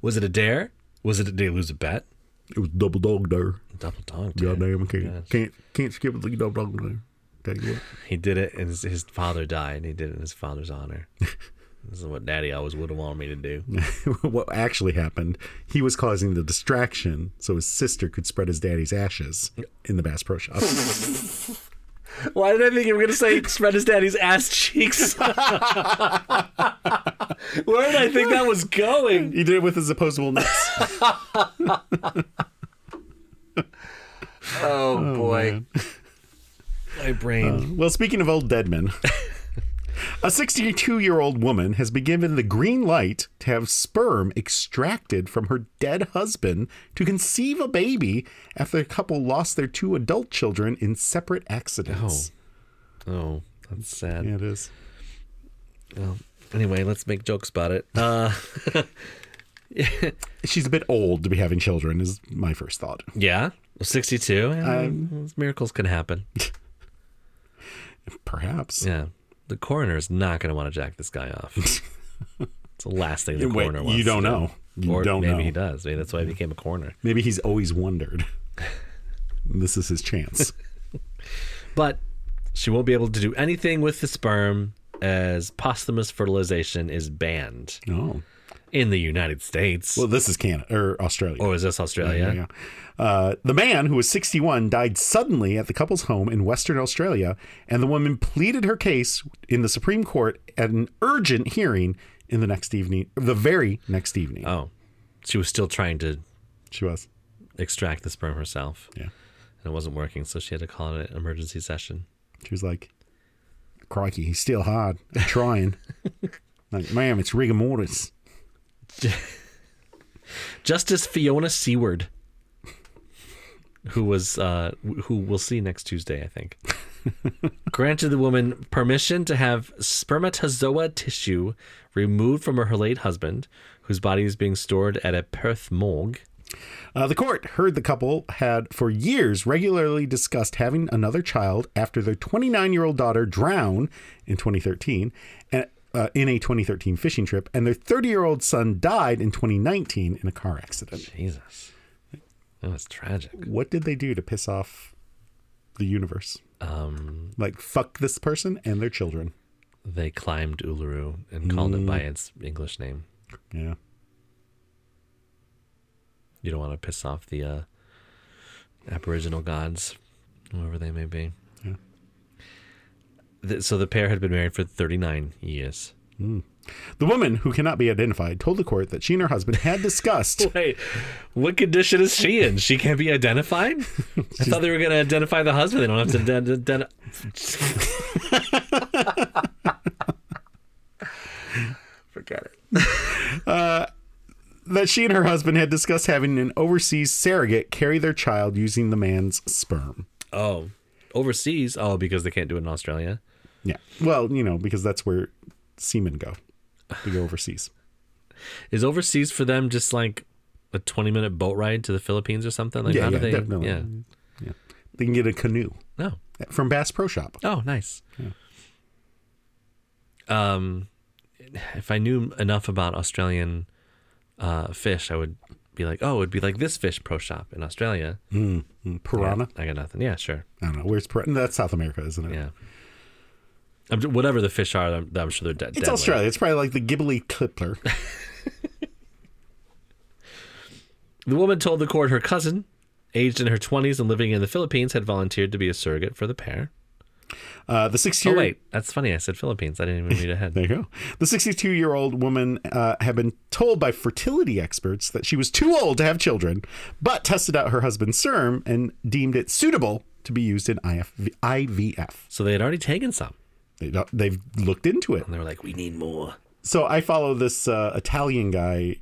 was it a dare? Was it a did he lose a bet? It was double dog dare. Double dog. dare. Goddamn, I can't, can't, can't skip the double dog dare. Tell you what. He did it, and his, his father died, and he did it in his father's honor. This is what Daddy always would have wanted me to do. what actually happened, he was causing the distraction so his sister could spread his daddy's ashes in the Bass Pro Shop. Why did I think you were gonna say spread his daddy's ass cheeks? Where did I think that was going? he did it with his opposable nuts. Oh, boy, my brain. well, speaking of old dead men, a 62 year old woman has been given the green light to have sperm extracted from her dead husband to conceive a baby after the couple lost their two adult children in separate accidents. Oh, that's sad. Yeah, it is. Well, anyway, let's make jokes about it. Uh, She's a bit old to be having children, is my first thought. yeah, sixty-two. Yeah, miracles can happen. Perhaps. Yeah, the coroner is not gonna want to jack this guy off. it's the last thing the Wait, coroner wants. you don't to do. know. You or don't maybe know. he does. Maybe that's why he became a coroner. Maybe he's always wondered. this is his chance. But she won't be able to do anything with the sperm as posthumous fertilization is banned oh. in the United States. Well, this is Canada or Australia. or is this Australia? Yeah. Uh, the man who was 61 died suddenly at the couple's home in Western Australia, and the woman pleaded her case in the Supreme Court at an urgent hearing in the next evening, the very next evening. Oh, she was still trying to she was. extract the sperm herself. Yeah. And it wasn't working, so she had to call it an emergency session. She was like, Crikey, he's still hard. I'm trying. like, ma'am, it's rigor mortis. Justice Fiona Seward, who was uh, w- who we'll see next Tuesday, I think, granted the woman permission to have spermatozoa tissue removed from her late husband, whose body is being stored at a Perth morgue. Uh, the court heard the couple had for years regularly discussed having another child after their 29 year old daughter drowned in 2013 and, uh, in a 2013 fishing trip, and their 30 year old son died in 2019 in a car accident. Jesus, that was tragic. What did they do to piss off the universe? Um, Like, fuck this person and their children. they climbed Uluru and called it by its English name. Yeah. You don't want to piss off the uh, Aboriginal gods, whoever they may be. Yeah. Th- so the pair had been married for 39 years. The woman, who cannot be identified, told the court that she and her husband had discussed. Wait, what condition is she in? She can't be identified? I thought they were going to identify the husband. They don't have to identify. Forget it. that she and her husband had discussed having an overseas surrogate carry their child using the man's sperm. Oh, overseas? Oh, because they can't do it in Australia? Yeah. Well, you know, because that's where semen go. They go overseas. Is overseas for them just like a 20 minute boat ride to the Philippines or something? Like, Yeah, how do yeah, they? definitely. Mm-hmm. Yeah. Yeah. They can get a canoe No. from Bass Pro Shop. Oh, nice. Um, if I knew enough about Australian uh, fish, I would be like, oh, it'd be like this fish pro shop in Australia. Mm, Piranha. I got nothing. Yeah, sure. I don't know. Where's piranha? That's South America, isn't it? Yeah. I'm, whatever the fish are, I'm, I'm sure they're dead. It's Australia. It's probably like the Ghibli Clipper. The woman told the court her cousin, aged in her 20s and living in the Philippines, had volunteered to be a surrogate for the pair. Uh, the six Oh, year wait. That's funny. I said Philippines. I didn't even read ahead. There you go. The 62 year old woman uh, had been told by fertility experts that she was too old to have children, but tested out her husband's serum and deemed it suitable to be used in IFV- IVF. so they had already taken some. They don't- They've looked into it. And they were like, we need more. So I follow this uh, Italian guy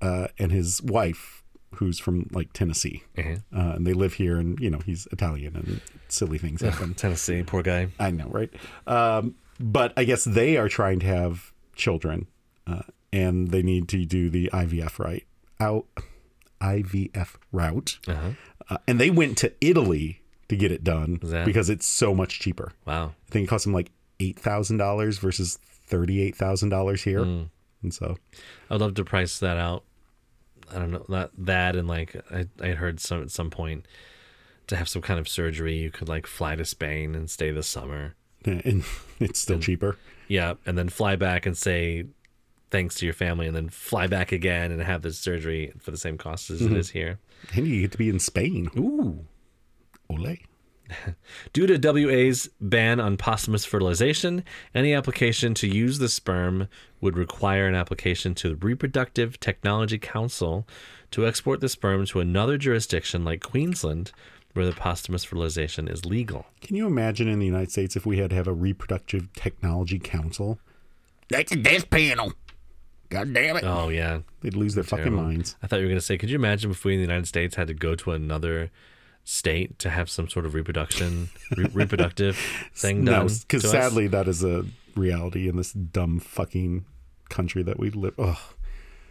uh, and his wife, who's from like Tennessee. Mhm. Uh, and they live here, and you know, he's Italian, and silly things happen. Tennessee, poor guy. I know, right? Um, but I guess they are trying to have children, uh, and they need to do the IVF right out IVF route, Uh-huh. uh, and they went to Italy to get it done that- because it's so much cheaper. Wow. I think it cost them like eight thousand dollars versus thirty eight thousand dollars here, Mm. and so I'd love to price that out. I don't know that that and like I I heard some at some point to have some kind of surgery you could like fly to Spain and stay the summer. and Uh, it's still cheaper. Yeah, and then fly back and say thanks to your family, and then fly back again and have this surgery for the same cost as it is here. And you get to be in Spain. Ooh. Ole. Due to WA's ban on posthumous fertilization, any application to use the sperm would require an application to the Reproductive Technology Council to export the sperm to another jurisdiction like Queensland, where the posthumous fertilization is legal. Can you imagine in the United States if we had to have a reproductive technology council? That's a death panel. God damn it. Oh, yeah. They'd lose their fucking Terrible. minds. I thought you were going to say, could you imagine if we in the United States had to go to another state to have some sort of reproduction, re- reproductive thing done? No, because to us? sadly that is a reality in this dumb fucking country that we live. Ugh.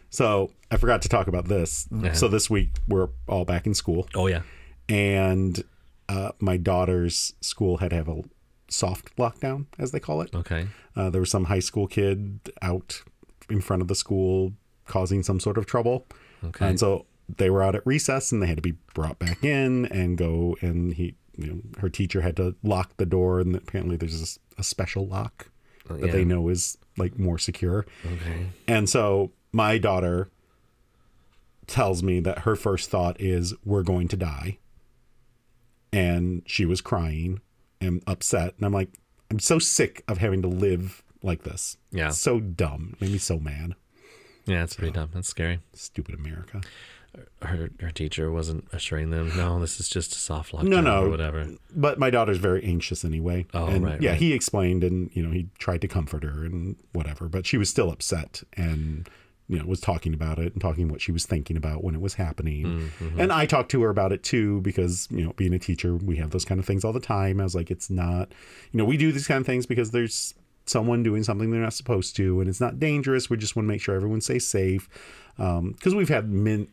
So I forgot to talk about this. So this week we're all back in school, Oh, yeah. and uh, my daughter's school had to have a soft lockdown, as they call it. Okay. Uh, there was some high school kid out in front of the school causing some sort of trouble. Okay. And so they were out at recess and they had to be brought back in and go. And he, you know, her teacher had to lock the door. And apparently there's a s- a, special lock that they Oh, yeah. know is like more secure. Okay. And so my daughter tells me that her first thought is, We're going to die. And she was crying and upset. And I'm like, I'm so sick of having to live like this. Yeah. So dumb. It made me so mad. Yeah, that's pretty dumb. That's scary. Stupid America. her her teacher wasn't assuring them, no, this is just a soft lockdown No, no. or whatever. But my daughter's very anxious anyway. Oh, and right, Yeah, right. he explained and, you know, he tried to comfort her and whatever, but she was still upset and, you know, was talking about it and talking what she was thinking about when it was happening. Mm-hmm. And I talked to her about it too because, you know, being a teacher, we have those kind of things all the time. I was like, it's not, you know, we do these kind of things because there's someone doing something they're not supposed to and it's not dangerous. We just want to make sure everyone stays safe. Because we've had men.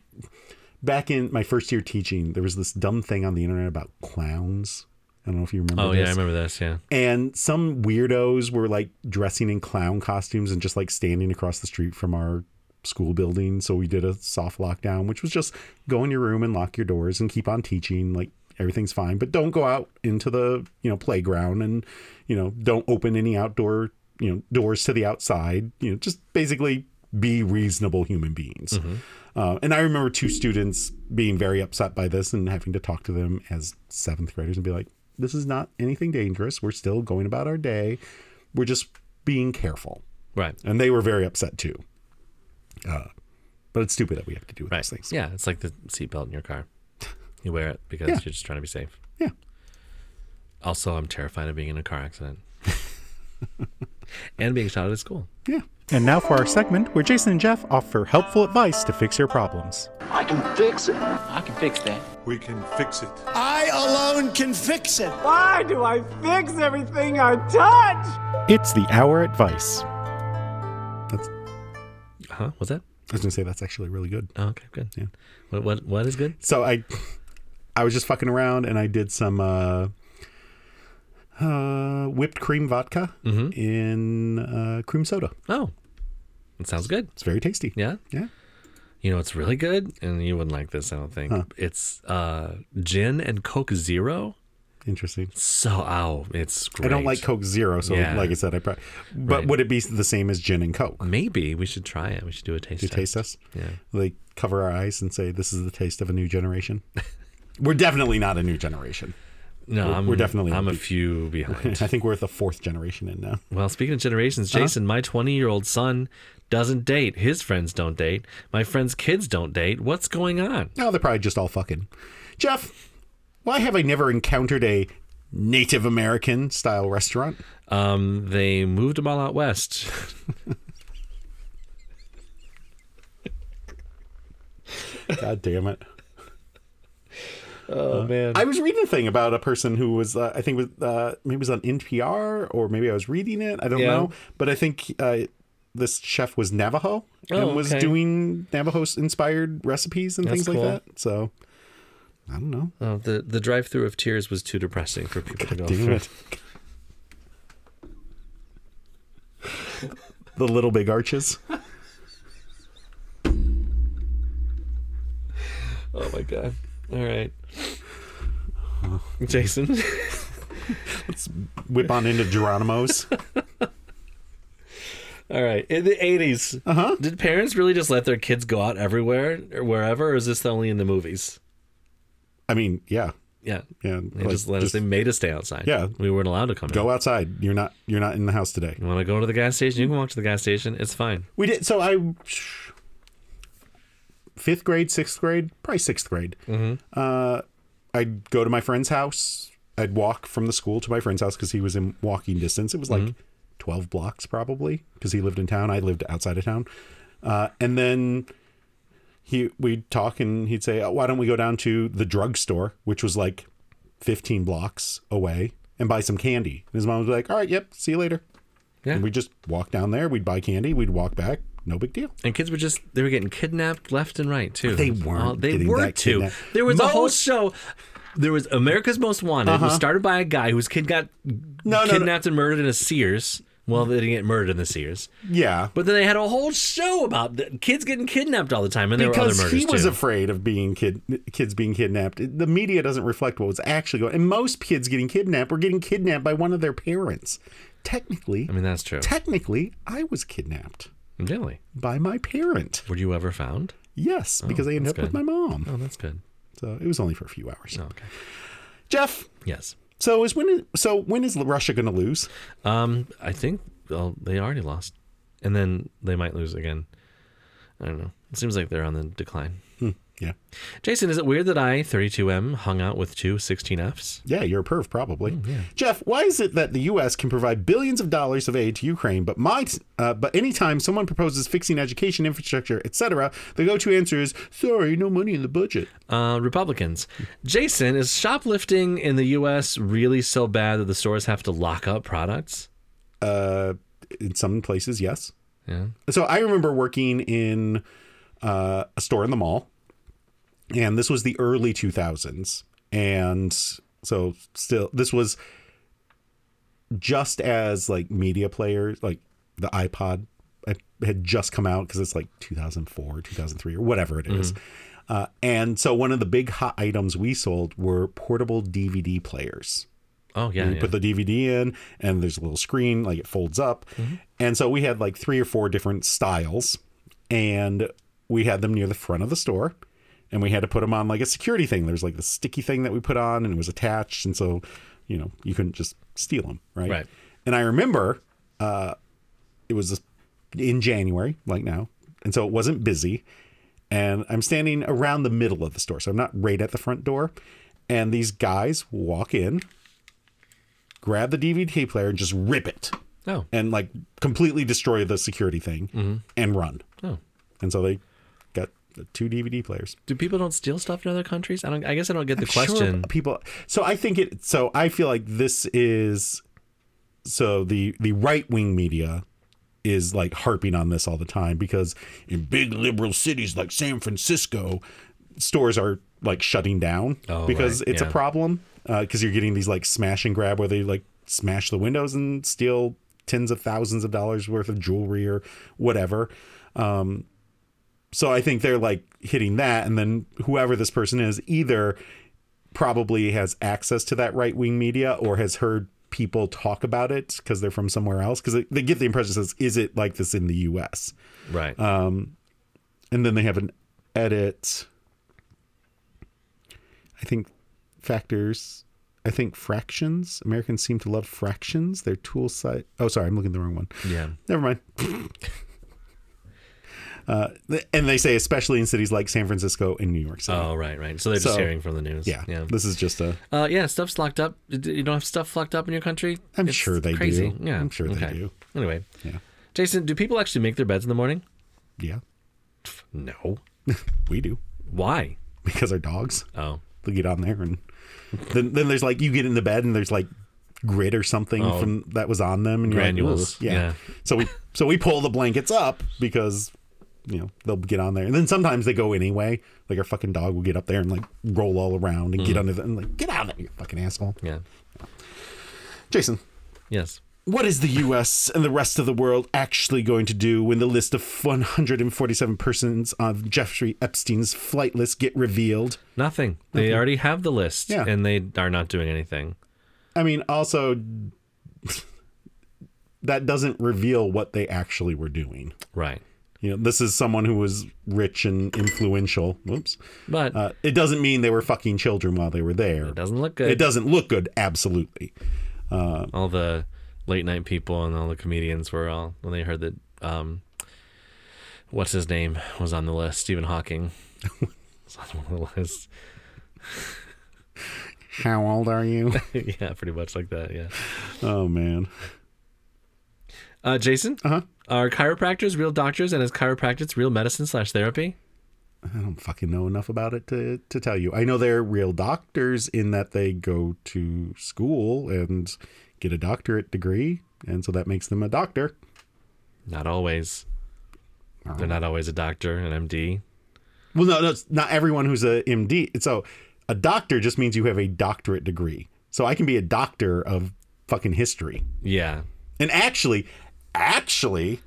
Back in my first year teaching, there was this dumb thing on the internet about clowns. I don't know if you remember. Oh this yeah, I remember this. Yeah, and some weirdos were like dressing in clown costumes and just like standing across the street from our school building so we did a soft lockdown which was just go in your room and lock your doors and keep on teaching like everything's fine but don't go out into the you know playground and you know don't open any outdoor you know doors to the outside you know just basically be reasonable human beings uh, and i remember two students being very upset by this and having to talk to them as seventh graders and be like this is not anything dangerous we're still going about our day we're just being careful right, and they were very upset too uh, but it's stupid that we have to do with right. those things Yeah, it's like the seatbelt in your car. You wear it because Yeah. you're just trying to be safe. yeah Also, I'm terrified of being in a car accident and being shot at at school. yeah and now for our segment where jason and jeff offer helpful advice to fix your problems I can fix it. I can fix that. We can fix it. I alone can fix it. Why do I fix everything I touch? it's the hour advice that's Huh? Was that? I was gonna say that's actually really good. Oh, okay, good. Yeah. What what what is good? So I, I was just fucking around and I did some uh, uh, whipped cream vodka Mm-hmm. in uh, cream soda. Oh, it sounds good. It's very tasty. Yeah. yeah. You know, it's really good, and you wouldn't like this, I don't think. It's uh, gin and Coke Zero. Interesting. So, ow, it's great. I don't like Coke Zero, so Yeah. like I said, I probably. But Right. would it be the same as gin and Coke? Maybe we should try it. We should do a taste Do test. taste us? Yeah. Like cover our eyes and say this is the taste of a new generation. We're definitely not a new generation. No, We're- I'm, we're definitely I'm a be- few behind. I think we're the fourth generation in now. well, speaking of generations, Uh-huh. Jason, my 20 year old son doesn't date. His friends don't date. My friends' kids don't date. What's going on? No, they're probably just all fucking. Jeff, why have I never encountered a Native American style restaurant? Um, they moved them all out west. God damn it. Oh man. I was reading a thing about a person who was, uh, I think, was uh, maybe it was on NPR or maybe I was reading it. I don't Yeah. know, but I think uh, this chef was Navajo Oh, and was okay. doing Navajo-inspired recipes and That's things cool. like that. So I don't know. Oh, the the drive through of tears was too depressing for people to go Damn through. it. the little big arches. Oh my god. All right. Jason, Whip on into Geronimo's. All right. In the 80s, uh-huh. did parents really just let their kids go out everywhere or wherever, or is this only in the movies? I mean, yeah, Yeah. yeah. They like, just let us, they made us stay outside. Yeah. We weren't allowed to come in. go outside. You're not. You're not in the house today. You want to go to the gas station? You can walk to the gas station. It's fine. We did. So I, fifth grade, sixth grade, probably sixth grade. Uh, I'd go to my friend's house. I'd walk from the school to my friend's house because he was in walking distance. It was like twelve blocks probably because he lived in town. I lived outside of town. Uh, and then he we'd talk and he'd say, oh, "Why don't we go down to the drugstore, which was like fifteen blocks away, and buy some candy?" And his mom was like, "All right, yep, see you later." Yeah. And we just walk down there. We'd buy candy. We'd walk back. No big deal. And kids were just, they were getting kidnapped left and right, too. They weren't Well, they getting were, that too. kidnapped. There was a whole Most- Uh-huh. show. There was America's Most Wanted, was started by a guy whose kid got no, no. kidnapped and murdered in a Sears. Well, they didn't get murdered in the Sears. Yeah. But then they had a whole show about the kids getting kidnapped all the time, and there because were other murders he was too. afraid of being kid kids being kidnapped. The media doesn't reflect what was actually going. And most kids getting kidnapped were getting kidnapped by one of their parents. Technically, I mean, that's true. technically, I was kidnapped Really? by my parent. Were you ever found? Yes, because I ended up Oh, that's with my good. mom. Oh, that's good. So it was only for a few hours. Oh, okay. Jeff, Yes. so is when so when is Russia going to lose? Um, I think well, they already lost, and then they might lose again. I don't know. It seems like they're on the decline. Yeah. Jason, is it weird that I, 32M, hung out with two 16Fs? Yeah, you're a perv, probably. Jeff, why is it that the U.S. can provide billions of dollars of aid to Ukraine, but my, uh, but anytime someone proposes fixing education infrastructure, etc., the go-to answer is, "Sorry, no money in the budget." Uh, Republicans. Jason, is shoplifting in the U.S. really so bad that the stores have to lock up products? Uh, in some places, yes. Yeah. So I remember working in uh, a store in the mall, and this was the early 2000s, and so still this was just as like media players, like the iPod I had just come out because it's like 2004, 2003, or whatever it is. Uh, and so one of the big hot items we sold were portable DVD players. Oh, yeah. You yeah. put the DVD in, and there's a little screen, like it folds up. Mm-hmm. And so we had like three or four different styles, and we had them near the front of the store, and we had to put them on like a security thing. There's like the sticky thing that we put on, and it was attached, and so you know you couldn't just steal them, right? Right. And I remember uh, it was in January, like now, and so it wasn't busy. And I'm standing around the middle of the store, so I'm not right at the front door. And these guys walk in, grab the DVD player, and just rip it, oh, and like completely destroy the security thing and run. oh. And so they got the two DVD players. Do people don't steal stuff in other countries? I don't. I guess I don't get the Sure, question. people. So I think it. So I feel like this is. So the the right wing media is like harping on this all the time because in big liberal cities like San Francisco, stores are like shutting down Oh, because right, it's a yeah. problem because you're getting these like smash and grab where they like smash the windows and steal tens of thousands of dollars worth of jewelry or whatever. Um, so I think they're like hitting that, and then whoever this person is, either probably has access to that right wing media or has heard people talk about it because they're from somewhere else. Because they, they get the impression says, "Is it like this in the U.S.?" right. Uh, And then they have an edit. I think factors. I think fractions. Americans seem to love fractions. Their tool site. Oh, sorry, I'm looking at the wrong one. yeah. Never mind. uh, th- and they say especially in cities like San Francisco and New York City. Oh, right, right. So they're just So- hearing from the news. yeah. Yeah. This is just a. Uh, yeah, stuff's locked up. You don't have stuff locked up in your country? I'm sure they crazy. do. Yeah. I'm sure they do. Anyway. Yeah. Jason, do people actually make their beds in the morning? Yeah. No. We do Why? because our dogs Oh. they get on there and then then there's like you get in the bed and there's like grit or something Oh. from that was on them and you're Granules. Like, "Ugh." yeah. Yeah. So we so we pull the blankets up because you know they'll get on there and then sometimes they go anyway. Like our fucking dog will get up there and like roll all around and Mm. get under the and like get out of there, you fucking asshole. Yeah. Jason, Yes. what is the US and the rest of the world actually going to do when the list of 147 persons on Jeffrey Epstein's flight list get revealed? Nothing. They already have the list Yeah. and they are not doing anything. I mean, also that doesn't reveal what they actually were doing. Right. You know, this is someone who was rich and influential. Whoops. But Uh, it doesn't mean they were fucking children while they were there. it doesn't look good. It doesn't look good, absolutely. all the late night people and all the comedians were all when they heard that um what's his name was on the list stephen hawking was on one of the list How old are you? yeah pretty much like that yeah oh man. uh jason Uh huh. are chiropractors real doctors and is chiropractic real medicine slash therapy I don't fucking know enough about it to, to tell you. I know they're real doctors in that they go to school and get a doctorate degree, and so that makes them a doctor. not always they're not always a doctor an md Well, no, no, it's not everyone who's a MD. So a doctor just means you have a doctorate degree. So I can be a doctor of fucking history. yeah And actually, actually,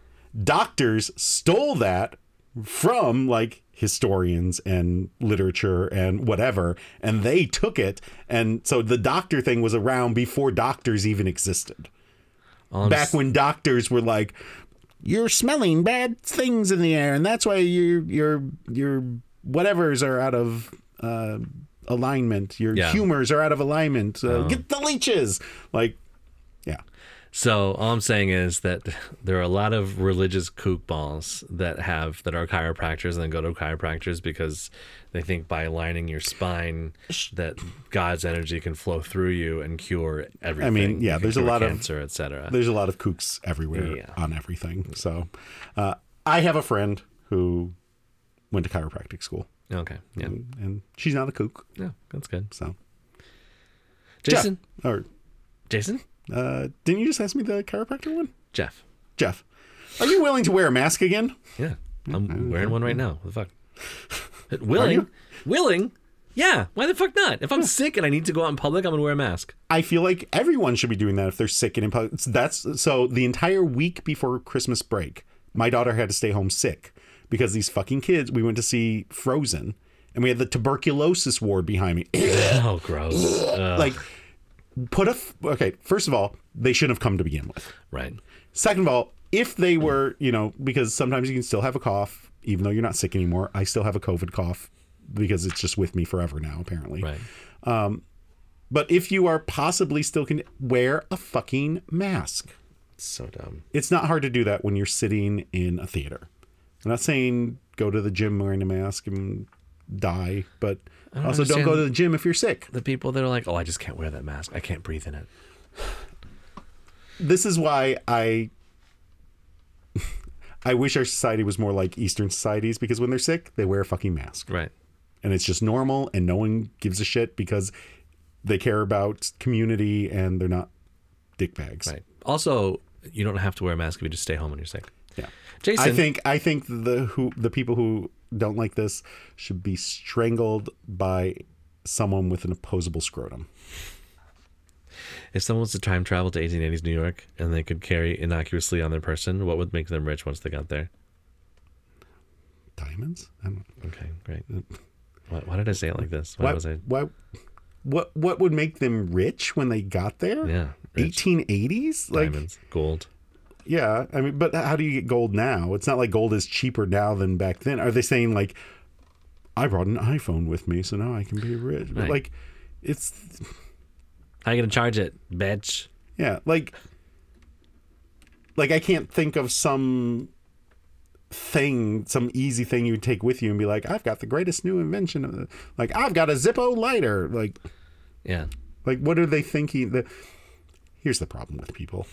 doctors stole that from like historians and literature and whatever, and they took it. And so the doctor thing was around before doctors even existed. all I'm Back s- when doctors were like, you're smelling bad things in the air, and that's why your your your whatever's are out of uh, alignment. Your Yeah. Uh-huh. humors are out of alignment. Uh, Get the leeches, like, yeah. So all I'm saying is that there are a lot of religious kookballs that have that are chiropractors and then go to chiropractors because they think by aligning your spine that God's energy can flow through you and cure everything. yeah, You can there's a cure lot of- cancer, etc. there's a lot of kooks everywhere Yeah. on everything. So, uh, I have a friend who went to chiropractic school, Okay, yeah, and she's not a kook. yeah, that's good. So, Jeff, Jason, or Jason, uh, didn't you just ask me the chiropractor one? Jeff. Jeff, are you willing to wear a mask again? Yeah, I'm wearing one right now. What the fuck? Willing, you? willing. Yeah, why the fuck not? If I'm sick and I need to go out in public, I'm gonna wear a mask. I feel like everyone should be doing that if they're sick and in public. That's so the entire week before Christmas break, my daughter had to stay home sick because these fucking kids. We went to see Frozen, and we had the tuberculosis ward behind me. Oh, gross. Ugh. like put a f- okay first of all they shouldn't have come to begin with right. second of all if they were you know because sometimes you can still have a cough even though you're not sick anymore i still have a covid cough because it's just with me forever now apparently Right. but if you are possibly still can wear a fucking mask So dumb. it's not hard to do that when you're sitting in a theater i'm not saying go to the gym wearing a mask and die but also don't go understand- to the gym if you're sick the people that are like, "Oh, I just can't wear that mask. I can't breathe in it." this is why I I wish our society was more like Eastern societies because when they're sick, they wear a fucking mask. Right. And it's just normal and no one gives a shit because they care about community and they're not dickbags. Right. Also, you don't have to wear a mask if you just stay home when you're sick. Yeah. Jason, I think I think the who the people who don't like this should be strangled by someone with an opposable scrotum. if someone was to time travel to 1880s New York and they could carry innocuously on their person, what would make them rich once they got there? Diamonds? I don't Okay, great. Why, why did I say it like this? Why why, was I? why what what would make them rich when they got there? Yeah, rich. 1880s? Like Diamonds, gold. Yeah, I mean, but how do you get gold now? It's not like gold is cheaper now than back then. Are they saying like, I brought an iPhone with me, so now I can be rich? But Right. like, it's How you gonna charge it, bitch? yeah, like, like I can't think of some thing, some easy thing you would take with you and be like, I've got the greatest new invention. of the-" Like I've got a Zippo lighter. Like, Yeah. like what are they thinking? That here's the problem with people,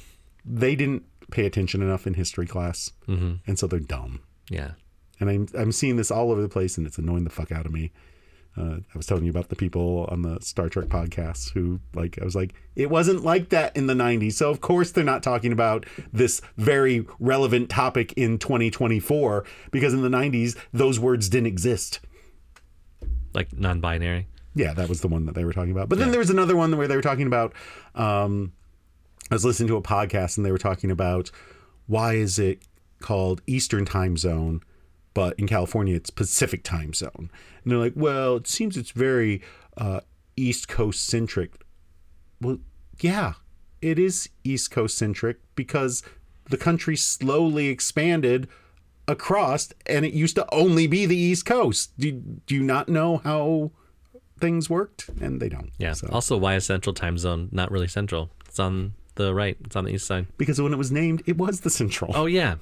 they didn't pay attention enough in history class, and so they're dumb. Yeah. and I'm I'm seeing this all over the place, and it's annoying the fuck out of me. Uh, I was telling you about the people on the Star Trek podcast who, like, I was like, it wasn't like that in the '90s, so of course they're not talking about this very relevant topic in 2024 because in the '90s those words didn't exist. Like non-binary. Yeah, that was the one that they were talking about. But then there was another one where they were talking about. Um, I was listening to a podcast and they were talking about why is it called Eastern Time Zone, but in California it's Pacific Time Zone, and they're like, well, it seems it's very uh, East Coast centric. Well, yeah, it is East Coast centric because the country slowly expanded across and it used to only be the East Coast. Do, do you not know how things worked? And they don't. Yeah. So- Also, why is Central Time Zone not really central? It's on the right. It's on the east side. Because when it was named, it was the Central. Oh yeah.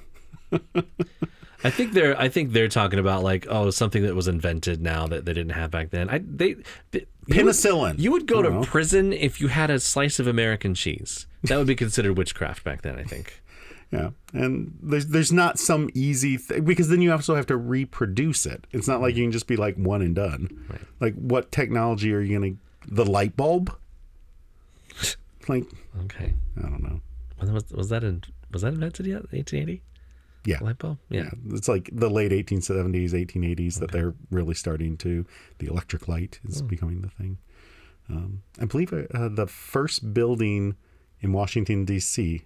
I think they're I think they're talking about like oh something that was invented now that they didn't have back then. I they, they- you would- Penicillin. You would go I to don't know. prison if you had a slice of American cheese. That would be considered witchcraft back then. I think. Yeah, and there's there's not some easy th- because then you also have to reproduce it. It's not like you can just be like one and done. Like what technology are you gonna the light bulb? like Okay. I don't know. When was was that in was that invented yet? 1880 Yeah, light bulb. Yeah. yeah. It's like the late 1870s, 1880s that they're really starting to. The electric light is becoming the thing. Um, I believe uh, the first building in Washington D.C.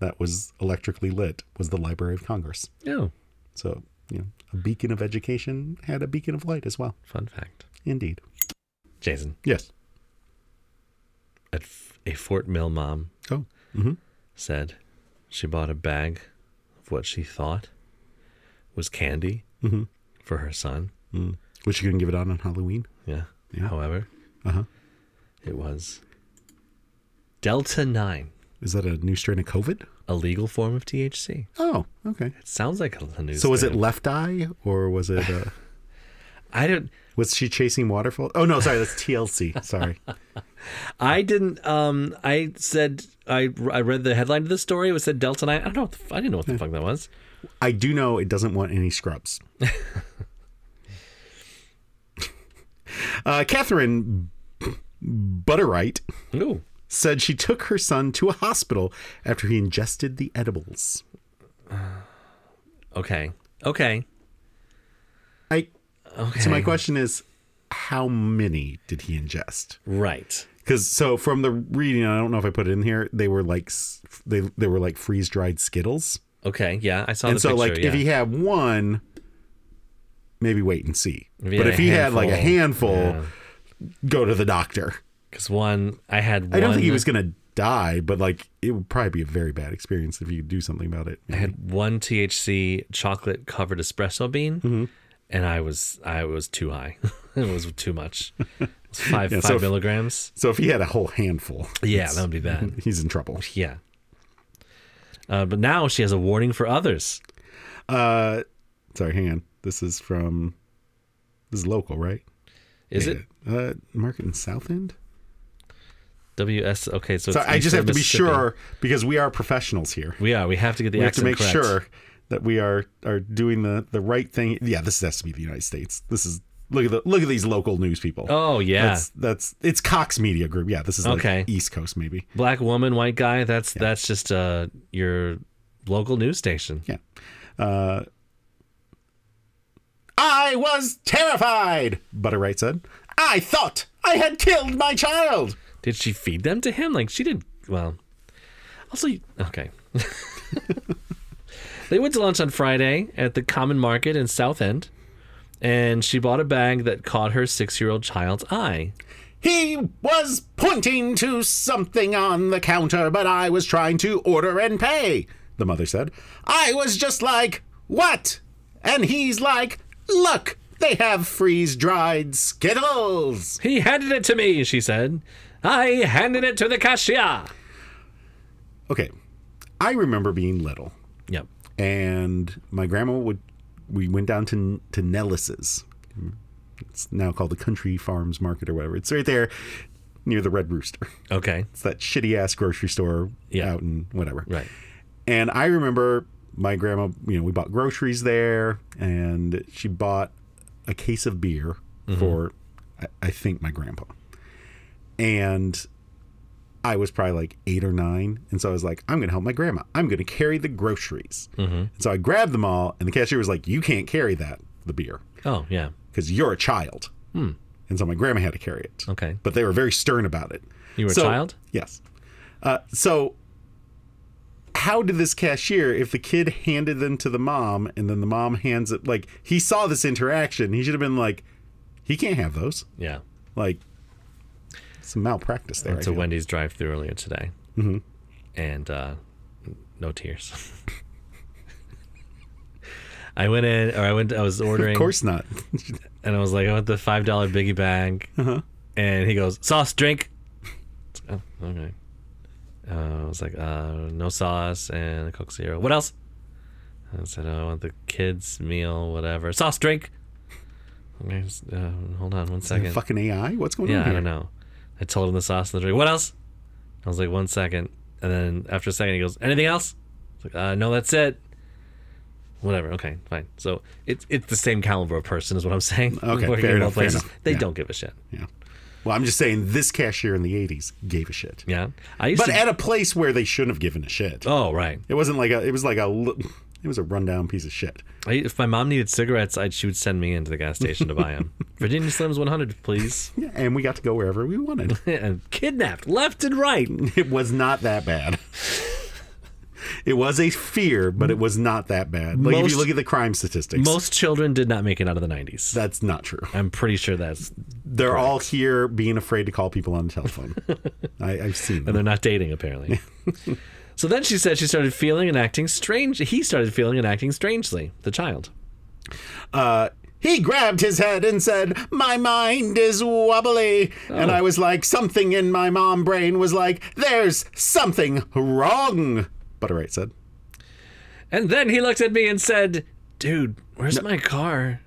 that was electrically lit was the Library of Congress. Oh, So, you know, a beacon of education had a beacon of light as well. fun fact, Indeed. Jason. Yes. A, f- a Fort Mill mom Oh. said she bought a bag of what she thought was candy Mm-hmm. for her son. Which Mm. you can give it out on Halloween. Yeah. Yeah. However, Uh-huh. it was Delta 9, Is that a new strain of COVID? a legal form of THC. Oh, okay. It sounds like a news. So was it thing. left eye or was it uh, I don't was she chasing waterfall? Oh no, sorry, that's TLC. Sorry. I didn't um I said I I read the headline of the story it said Delta 9. I don't know what the, f- I didn't know what the fuck that was. I do know it doesn't want any scrubs. uh, Catherine Butterwright Ooh. said she took her son to a hospital after he ingested the edibles. Okay. Okay. I Okay. So my question is, how many did he ingest? Right. Because so from the reading, I don't know if I put it in here. They were like s- they they were like freeze dried Skittles, Okay. Yeah, I saw and the so picture. like yeah. if he had one, maybe wait and see. he but had if a he had like a handful, handful, go to the doctor. Because one, I had one. I don't think he was gonna die, but like it would probably be a very bad experience if you do something about it. I had one THC chocolate covered espresso bean, Mm-hmm. and I was I was too high. it was too much. It was five Yeah, so five if- milligrams. So if he had a whole handful, Yeah, that would be bad. he's in trouble. yeah. Uh, but now she has a warning for others. Uh, sorry, hang on. This is from this is local, right? Is it uh, market in South End? WS? Okay, so, So it's I just eastern have to be Mississippi. sure because we are professionals here. We are. We have to get the We have to accent make correct. sure that we are are doing the the right thing. Yeah, this has to be the United States. This is look at the look at these local news people. Oh yeah, That's that's it's Cox Media Group. Yeah, this is like Okay. East Coast maybe. black woman, white guy. That's that's just uh your local news station. Yeah. Uh, I was terrified, Butterwright said. I thought I had killed my child. Did she feed them to him? Like she did. Well, also okay. they went to lunch on Friday at the Common Market in South End, and she bought a bag that caught her six-year-old child's eye. He was pointing to something on the counter, but I was trying to order and pay, the mother said. I was just like, What? And he's like, Look, they have freeze dried Skittles. He handed it to me. She said, "I handed it to the cashier." Okay, I remember being little, Yep. and my grandma would, we went down to, to Nellis's. It's now called the Country Farms Market or whatever. It's right there near the Red Rooster. Okay. It's that shitty ass grocery store Yeah. out in whatever. Right. And I remember my grandma, you know, we bought groceries there and she bought a case of beer for, I, I think, my grandpa. And I was probably like eight or nine. And so I was like, I'm going to help my grandma. I'm going to carry the groceries. And so I grabbed them all. And the cashier was like, You can't carry that, the beer, Oh yeah. because you're a child. And so my grandma had to carry it. Okay. But they were very stern about it. You were So- a child. Yes. Uh, so, how did this cashier, if the kid handed them to the mom and then the mom hands it, like he saw this interaction, he should have been like, he can't have those. Yeah. Like, some malpractice there. It's I a feel. Wendy's drive-through earlier today. Mm-hmm. and uh, no tears. I went in, or I went. I was ordering, Of course not. and I was like, "I want the five dollar biggie bag." Uh-huh. And he goes, "Sauce, drink." Oh, okay. Uh, I was like, uh, "No sauce and a Coke Zero." What else? I said, oh, "I want the kids' meal, whatever." Sauce, drink. Okay, s- uh, hold on one second. Fucking AI. What's going on Yeah, here? I don't know. I told him the sauce and the drink. What else? I was like, one second. And then after a second, he goes, anything else? I was like, uh, no, that's it. Whatever. Okay, fine. So it's it's the same caliber of person, is what I'm saying. Okay, Working fair in enough, both fair places. enough. They Yeah. don't give a shit. Yeah. Well, I'm just saying this cashier in the 80s gave a shit. Yeah. I used But to. at a place where they shouldn't have given a shit. oh, right. It wasn't like a. It was like a. li- It was a rundown piece of shit. I, if my mom needed cigarettes, I'd, she would send me into the gas station to buy them. Virginia Slims 100, please. Yeah, and we got to go wherever we wanted. and kidnapped left and right. It was not that bad. It was a fear, but it was not that bad. Like if Most- you look at the crime statistics, Most children did not make it out of the 90s. that's not true. I'm pretty sure that's. They're all here being afraid to call people on the telephone. I, I've seen and them. they're not dating apparently. so then she said she started feeling and acting strange. He started feeling and acting strangely. The child. He grabbed his head and said, "My mind is wobbly," Oh. and I was like, "Something in my mom brain was like, there's something wrong." Butterite said. And then he looked at me and said, "Dude, where's my car?"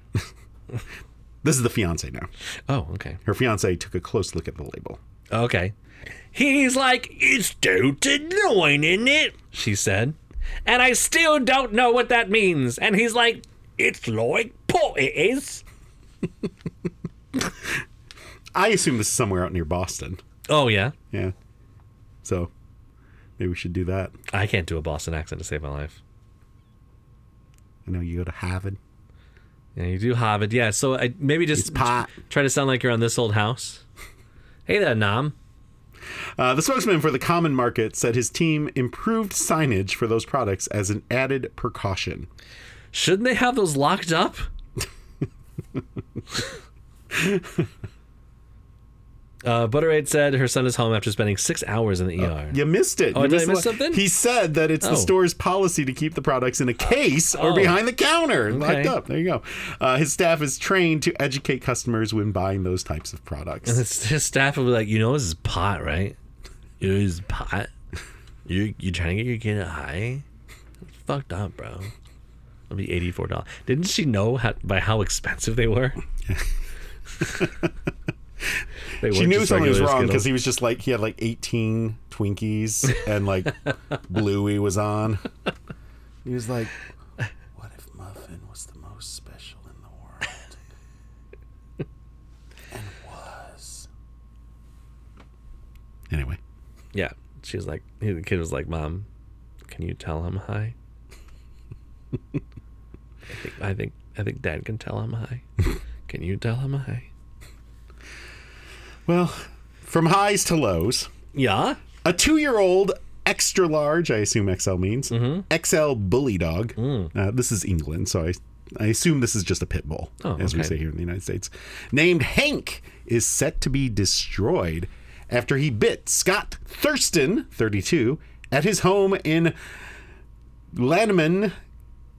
This is the fiance now. Oh, okay, Her fiance took a close look at the label. okay. He's like, "It's due to nine, isn't it?" She said, and I still don't know what that means. And he's like, "It's like pot, it is." I assume this is somewhere out near Boston. Oh yeah, Yeah. So maybe we should do that. I can't do a Boston accent to save my life. I know you go to Harvard. Yeah, you do Hobbit. Yeah, so I maybe just It's pot. try to sound like you're on this old house. Hey there, Nom. Uh, the spokesman for the common market said his team improved signage for those products as an added precaution. Shouldn't they have those locked up? uh, Butteraid said her son is home after spending six hours in the ER. You missed it. Oh, You did I missed miss the- something? He said that it's Oh. the store's policy to keep the products in a case or Oh. behind the counter and Okay. locked up. There you go. Uh, his staff is trained to educate customers when buying those types of products. And his, his staff will be like, you know, this is pot, right? You know, this is pot. You you trying to get your kid high? Fucked up, bro. It'll be eighty four dollars. Didn't she know how, by how expensive they were? They she weren't knew just something was regular wrong Skittles. because he was just like he had like 18 Twinkies and like Bluey was on. He was like, "What if muffin was the most special in the world?" And was. Anyway, Yeah. She was like, he- the kid was like, Mom, can you tell him hi? I, think, I think, I think Dad can tell him hi. Can you tell him hi? well, from highs to lows, Yeah. a two-year-old extra large, I assume XL means Mm-hmm. XL bully dog. Mm. Uh, this is England, so I I assume this is just a pit bull, Oh, as we okay. say here in the United States. Named Hank is set to be destroyed after he bit Scott Thurston, 32, at his home in Lanman,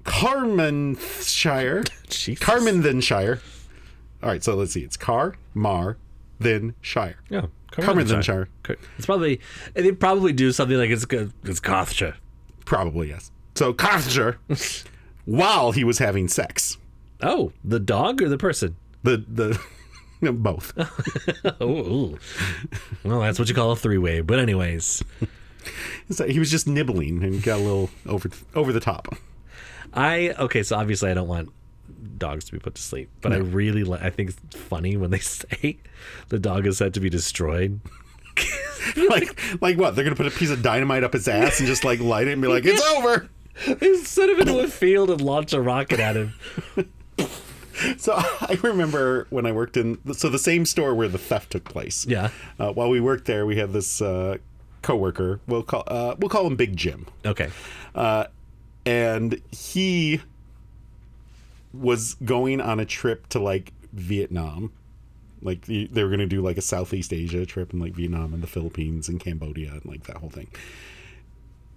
Carmanshire. Jesus. Carmarthenshire. All right, so let's see. It's Car, Mar, then Shire. Yeah. Carmarthenshire. Car- It's probably, and they probably do something like it's good. It's Gothshire. Probably yes. So Carthage, while he was having sex, Oh, the dog or the person? the the both. Oh, ooh. well, that's what you call a three way. But anyways, So he was just nibbling and got a little over over the top. I okay. So obviously, I don't want dogs to be put to sleep, but I really like. I think it's funny when they say the dog is said to be destroyed. Like like what? They're gonna put a piece of dynamite up his ass and just like light it and be like, it's over. They set him into a field and launch a rocket at him. So I remember when I worked in so the same store where the theft took place. Yeah. Uh, while we worked there, we had this uh, coworker. We'll call uh, we'll call him Big Jim. Okay. and he was going on a trip to like Vietnam Like the- they were going to do like a Southeast Asia trip in like Vietnam and the Philippines and Cambodia and like that whole thing.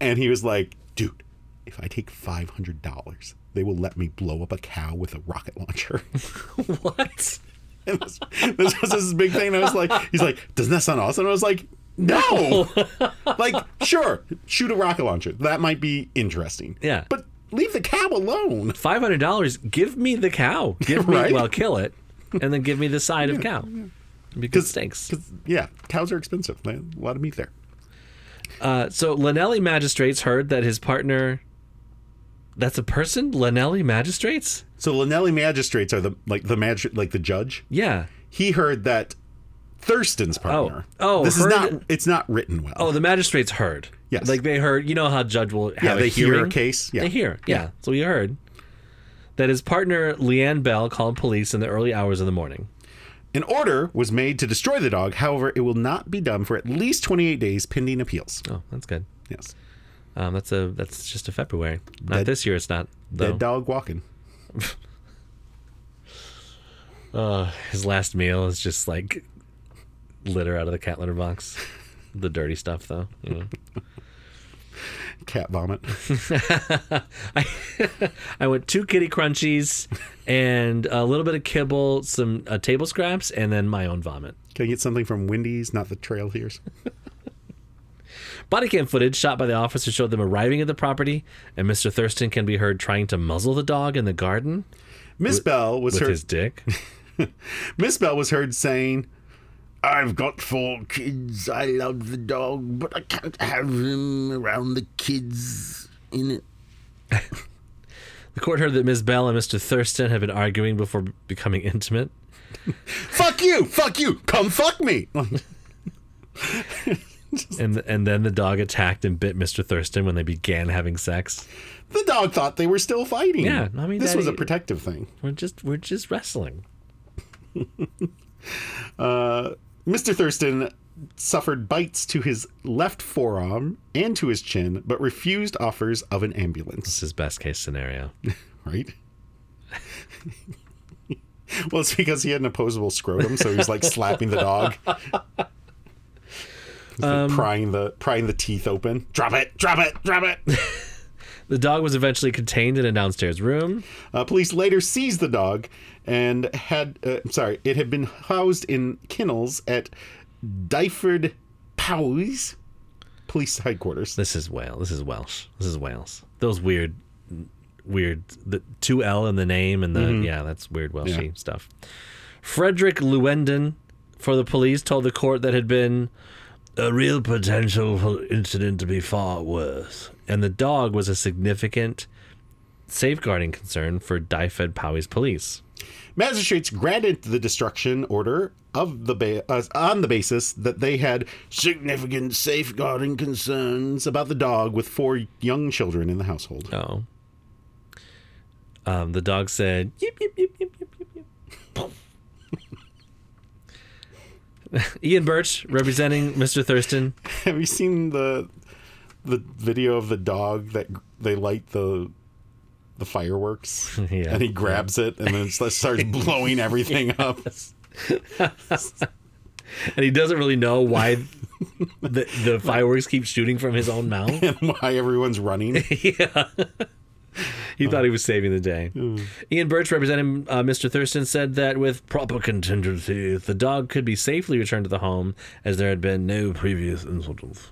And he was like, dude, if I take $500, they will let me blow up a cow with a rocket launcher. What? And this, this was his big thing. And I was like, he's like, doesn't that sound awesome? And I was like, no. like, sure, shoot a rocket launcher. That might be interesting. Yeah. But leave the cow alone. Five hundred dollars. Give me the cow. Give me Right? well, kill it, and then give me the side of cow. Because it stinks. 'Cause, yeah, cows are expensive. They- A lot of meat there. Uh, so Lanelli magistrates heard that his partner. That's a person. Lanelli magistrates. So Lanelli magistrates are the like the magistr like the judge. Yeah. He heard that Thurston's partner. Oh, this heard- is not. It's not written well. Oh, the magistrates heard. Yes. Like they heard. You know how judge will have Yeah, a they hear a hearing? case. Yeah. They hear. Yeah. So he heard that his partner Leanne Bell called police in the early hours of the morning. An order was made to destroy the dog. However, it will not be done for at least 28 days pending appeals. Oh, that's good. Yes. Um, that's a that's just a February. Not Dead- this year. It's not. Though. Dead dog walking. His last meal is just like litter out of the cat litter box. The dirty stuff, though. You know. Cat vomit. I went two kitty crunchies and a little bit of kibble, some uh, table scraps, and then my own vomit. Can I get something from Wendy's, not the trail here's? Body cam footage shot by the officer showed them arriving at the property, and Mr. Thurston can be heard trying to muzzle the dog in the garden Miss Bell was with heard. his dick. Miss Bell was heard saying, I've got four kids. I love the dog, but I can't have him around the kids in it. The court heard that Ms. Bell and Mr. Thurston had been arguing before becoming intimate. "Fuck you, fuck you, come fuck me." And, and then the dog attacked and bit Mr. Thurston when they began having sex. the dog thought they were still fighting. Yeah, I mean, this was a Daddy- protective thing. We're just we're just wrestling. Mr. Thurston suffered bites to his left forearm and to his chin, but refused offers of an ambulance. This is best case scenario. Right? well, it's because he had an opposable scrotum, so he was like slapping the dog. He's, like, prying the prying the teeth open. Drop it! Drop it! Drop it! The dog was eventually contained in a downstairs room. Uh, police later seized the dog and had uh, sorry, it had been housed in kennels at Dyford Powys Police Headquarters. This is Wales. This is Welsh. This is Wales. Those weird, weird. The two L in the name and the yeah, that's weird Welshy Yeah. stuff. Frederick Lewenden for the police told the court that had been a real potential for incident to be far worse, and the dog was a significant safeguarding concern for Dyfed Powys police. Magistrates granted the destruction order of the ba- uh, on the basis that they had significant safeguarding concerns about the dog with four young children in the household. Oh. Um, the dog said, yip, yip, yip, yip, yip, yip, yip. Ian Birch, representing Mr. Thurston. Have you seen the the video of the dog that gr- they light the the fireworks Yeah. and he grabs it and then it starts blowing everything up? And he doesn't really know why the, the fireworks keep shooting from his own mouth. Why everyone's running? Uh-huh. He thought he was saving the day. Mm. Ian Birch, representing uh, Mr. Thurston, said that with proper contingency, the dog could be safely returned to the home as there had been no previous incidents.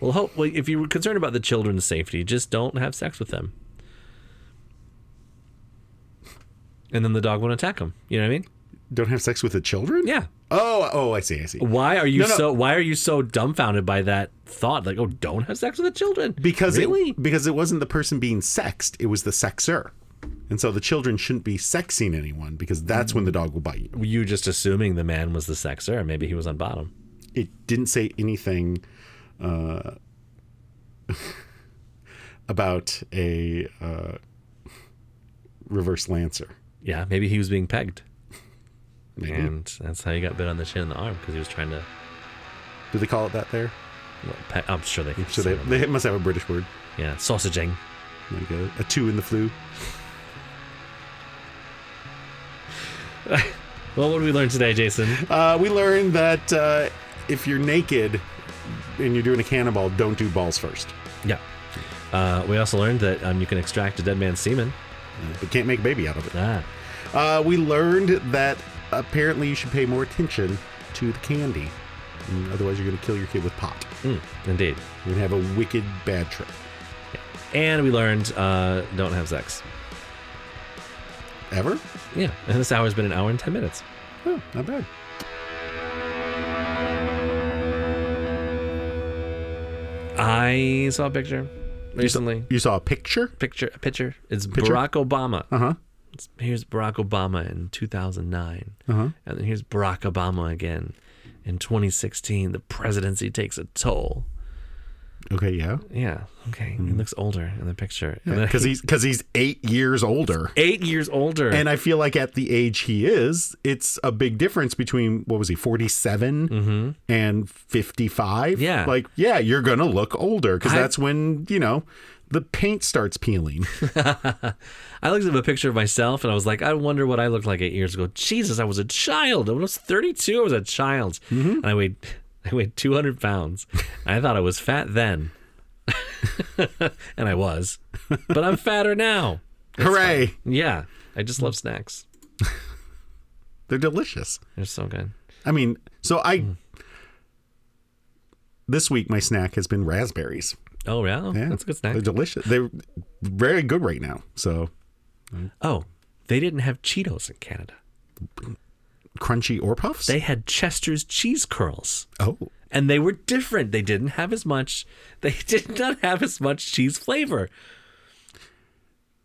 Well, hope well, if you were concerned about the children's safety, just don't have sex with them. And then the dog won't attack him. You know what I mean? Don't have sex with the children? Yeah. Oh, oh, I see, I see. Why are you No, no. so Why are you so dumbfounded by that thought? Like, oh, don't have sex with the children Because really. it because it wasn't the person being sexed, it was the sexer. And so the children shouldn't be sexing anyone because that's when the dog will bite you. you just assuming the man was the sexer, and maybe he was on bottom. It didn't say anything uh, about a uh, reverse lancer. Yeah, maybe he was being pegged. Maybe. And that's how he got bit on the chin and the arm because he was trying to. Do they call it that there? Well, pe- I'm sure they. So they, they must have a British word, yeah, sausaging. like a, a two in the flu. Well, what did we learn today, Jason? Uh, we learned that uh, if you're naked and you're doing a cannonball, don't do balls first. Yeah. Uh, we also learned that um, you can extract a dead man's semen. Uh, But can't make a baby out of it. Ah. Uh, we learned that apparently you should pay more attention to the candy. Mm, Otherwise, you're going to kill your kid with pot. Mm, indeed. You're going to have a wicked bad trip. And we learned uh, don't have sex. Ever? Yeah. And this hour has been an hour and 10 minutes. Oh, not bad. I saw a picture recently. You saw a picture? Picture, a picture. Uh-huh. It's Picture? Barack Obama. Uh huh. It's- Here's Barack Obama in 2009. And then here's Barack Obama again in 2016. The presidency takes a toll. Okay, yeah. Yeah. Okay. He looks older in the picture. And then Because he's, cause he's eight years older. eight years older. And I feel like at the age he is, it's a big difference between what was he, 47 and 55? Mm-hmm. Yeah. Like, yeah, you're going to look older because I- that's when, you know, the paint starts peeling. I looked at a picture of myself and I was like, I wonder what I looked like eight years ago. Jesus, I was a child. When I was 32, I was a child. And I weighed, I weighed 200 pounds. I thought I was fat then. and I was. But I'm fatter now. Hooray. Yeah. I just love snacks. They're delicious. They're so good. I mean, so I. This week, my snack has been raspberries. Oh, yeah? Yeah. That's a good snack. They're delicious. They're very good right now. So Oh, they didn't have Cheetos in Canada. crunchy or puffs? They had Chester's cheese curls. oh, and they were different. They didn't have as much. They did not have as much cheese flavor.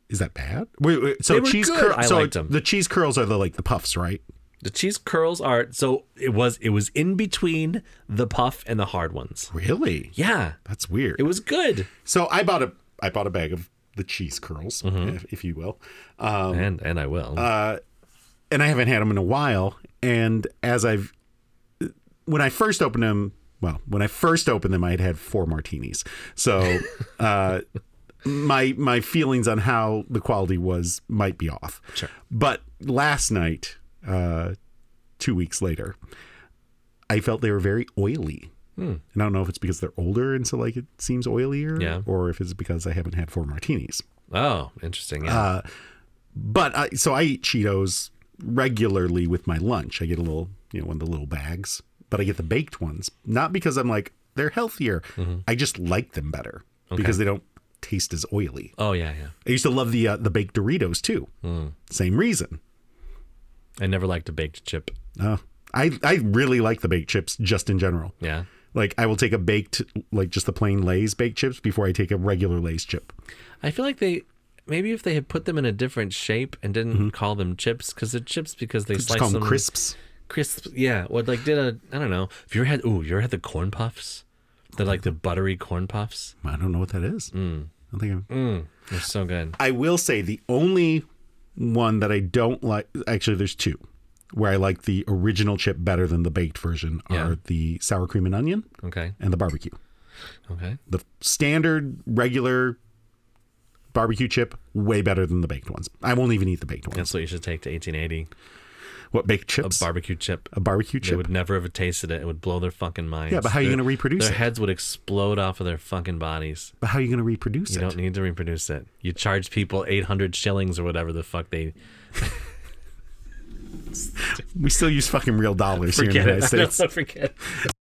is that bad? Wait, wait, so They were cheese good. curls. I So liked 'em. the cheese curls are the like the puffs, right? The cheese curls are so it was it was in between the puff and the hard ones. Really? Yeah, That's weird. it was good. So I bought a I bought a bag of the cheese curls, Mm-hmm. if, if you will, um, And and I will. and I haven't had them in a while. And as I've when I first opened them, well, when I first opened them, I had had four martinis. So uh, my my feelings on how the quality was might be off. Sure. But last night, uh, two weeks later, I felt they were very oily. And I don't know if it's because they're older and so like it seems oilier, Yeah. or if it's because I haven't had four martinis. oh, interesting. Yeah. But I, so I eat Cheetos regularly with my lunch. I get a little, you know, one of the little bags, but I get the baked ones, not because I'm like they're healthier. Mm-hmm. I just like them better because they don't taste as oily. oh yeah, yeah. I used to love the uh, the baked Doritos too. Hmm. Same reason. I never liked a baked chip. Uh, I I really like the baked chips just in general. Yeah. Like I will take a baked like just the plain Lay's baked chips before I take a regular Lay's chip. I feel like they maybe if they had put them in a different shape and didn't call them chips because they're chips because they Mm-hmm. Just slice call them them crisps. crisp. Yeah, or like did a I don't know. If you ever had ooh, you ever had the corn puffs? They're like the buttery corn puffs. I don't know what that is. Hmm. I don't think I'm, They're so good. I will say the only one that I don't like actually there's two where I like the original chip better than the baked version Yeah. are the sour cream and onion Okay. and the barbecue. Okay. The standard regular barbecue chip way better than the baked ones. I won't even eat the baked ones. That's what you should take to 1880. What baked A chips? barbecue chip. A barbecue They chip. would never have tasted it. It would blow their fucking minds. Yeah, but how are you Their- gonna reproduce Their it? heads would explode off of their fucking bodies. but how are you going to reproduce You it? don't need to reproduce it. You charge people 800 shillings or whatever the fuck they we still use fucking real dollars here in forget the it. United States. I know, forget. it.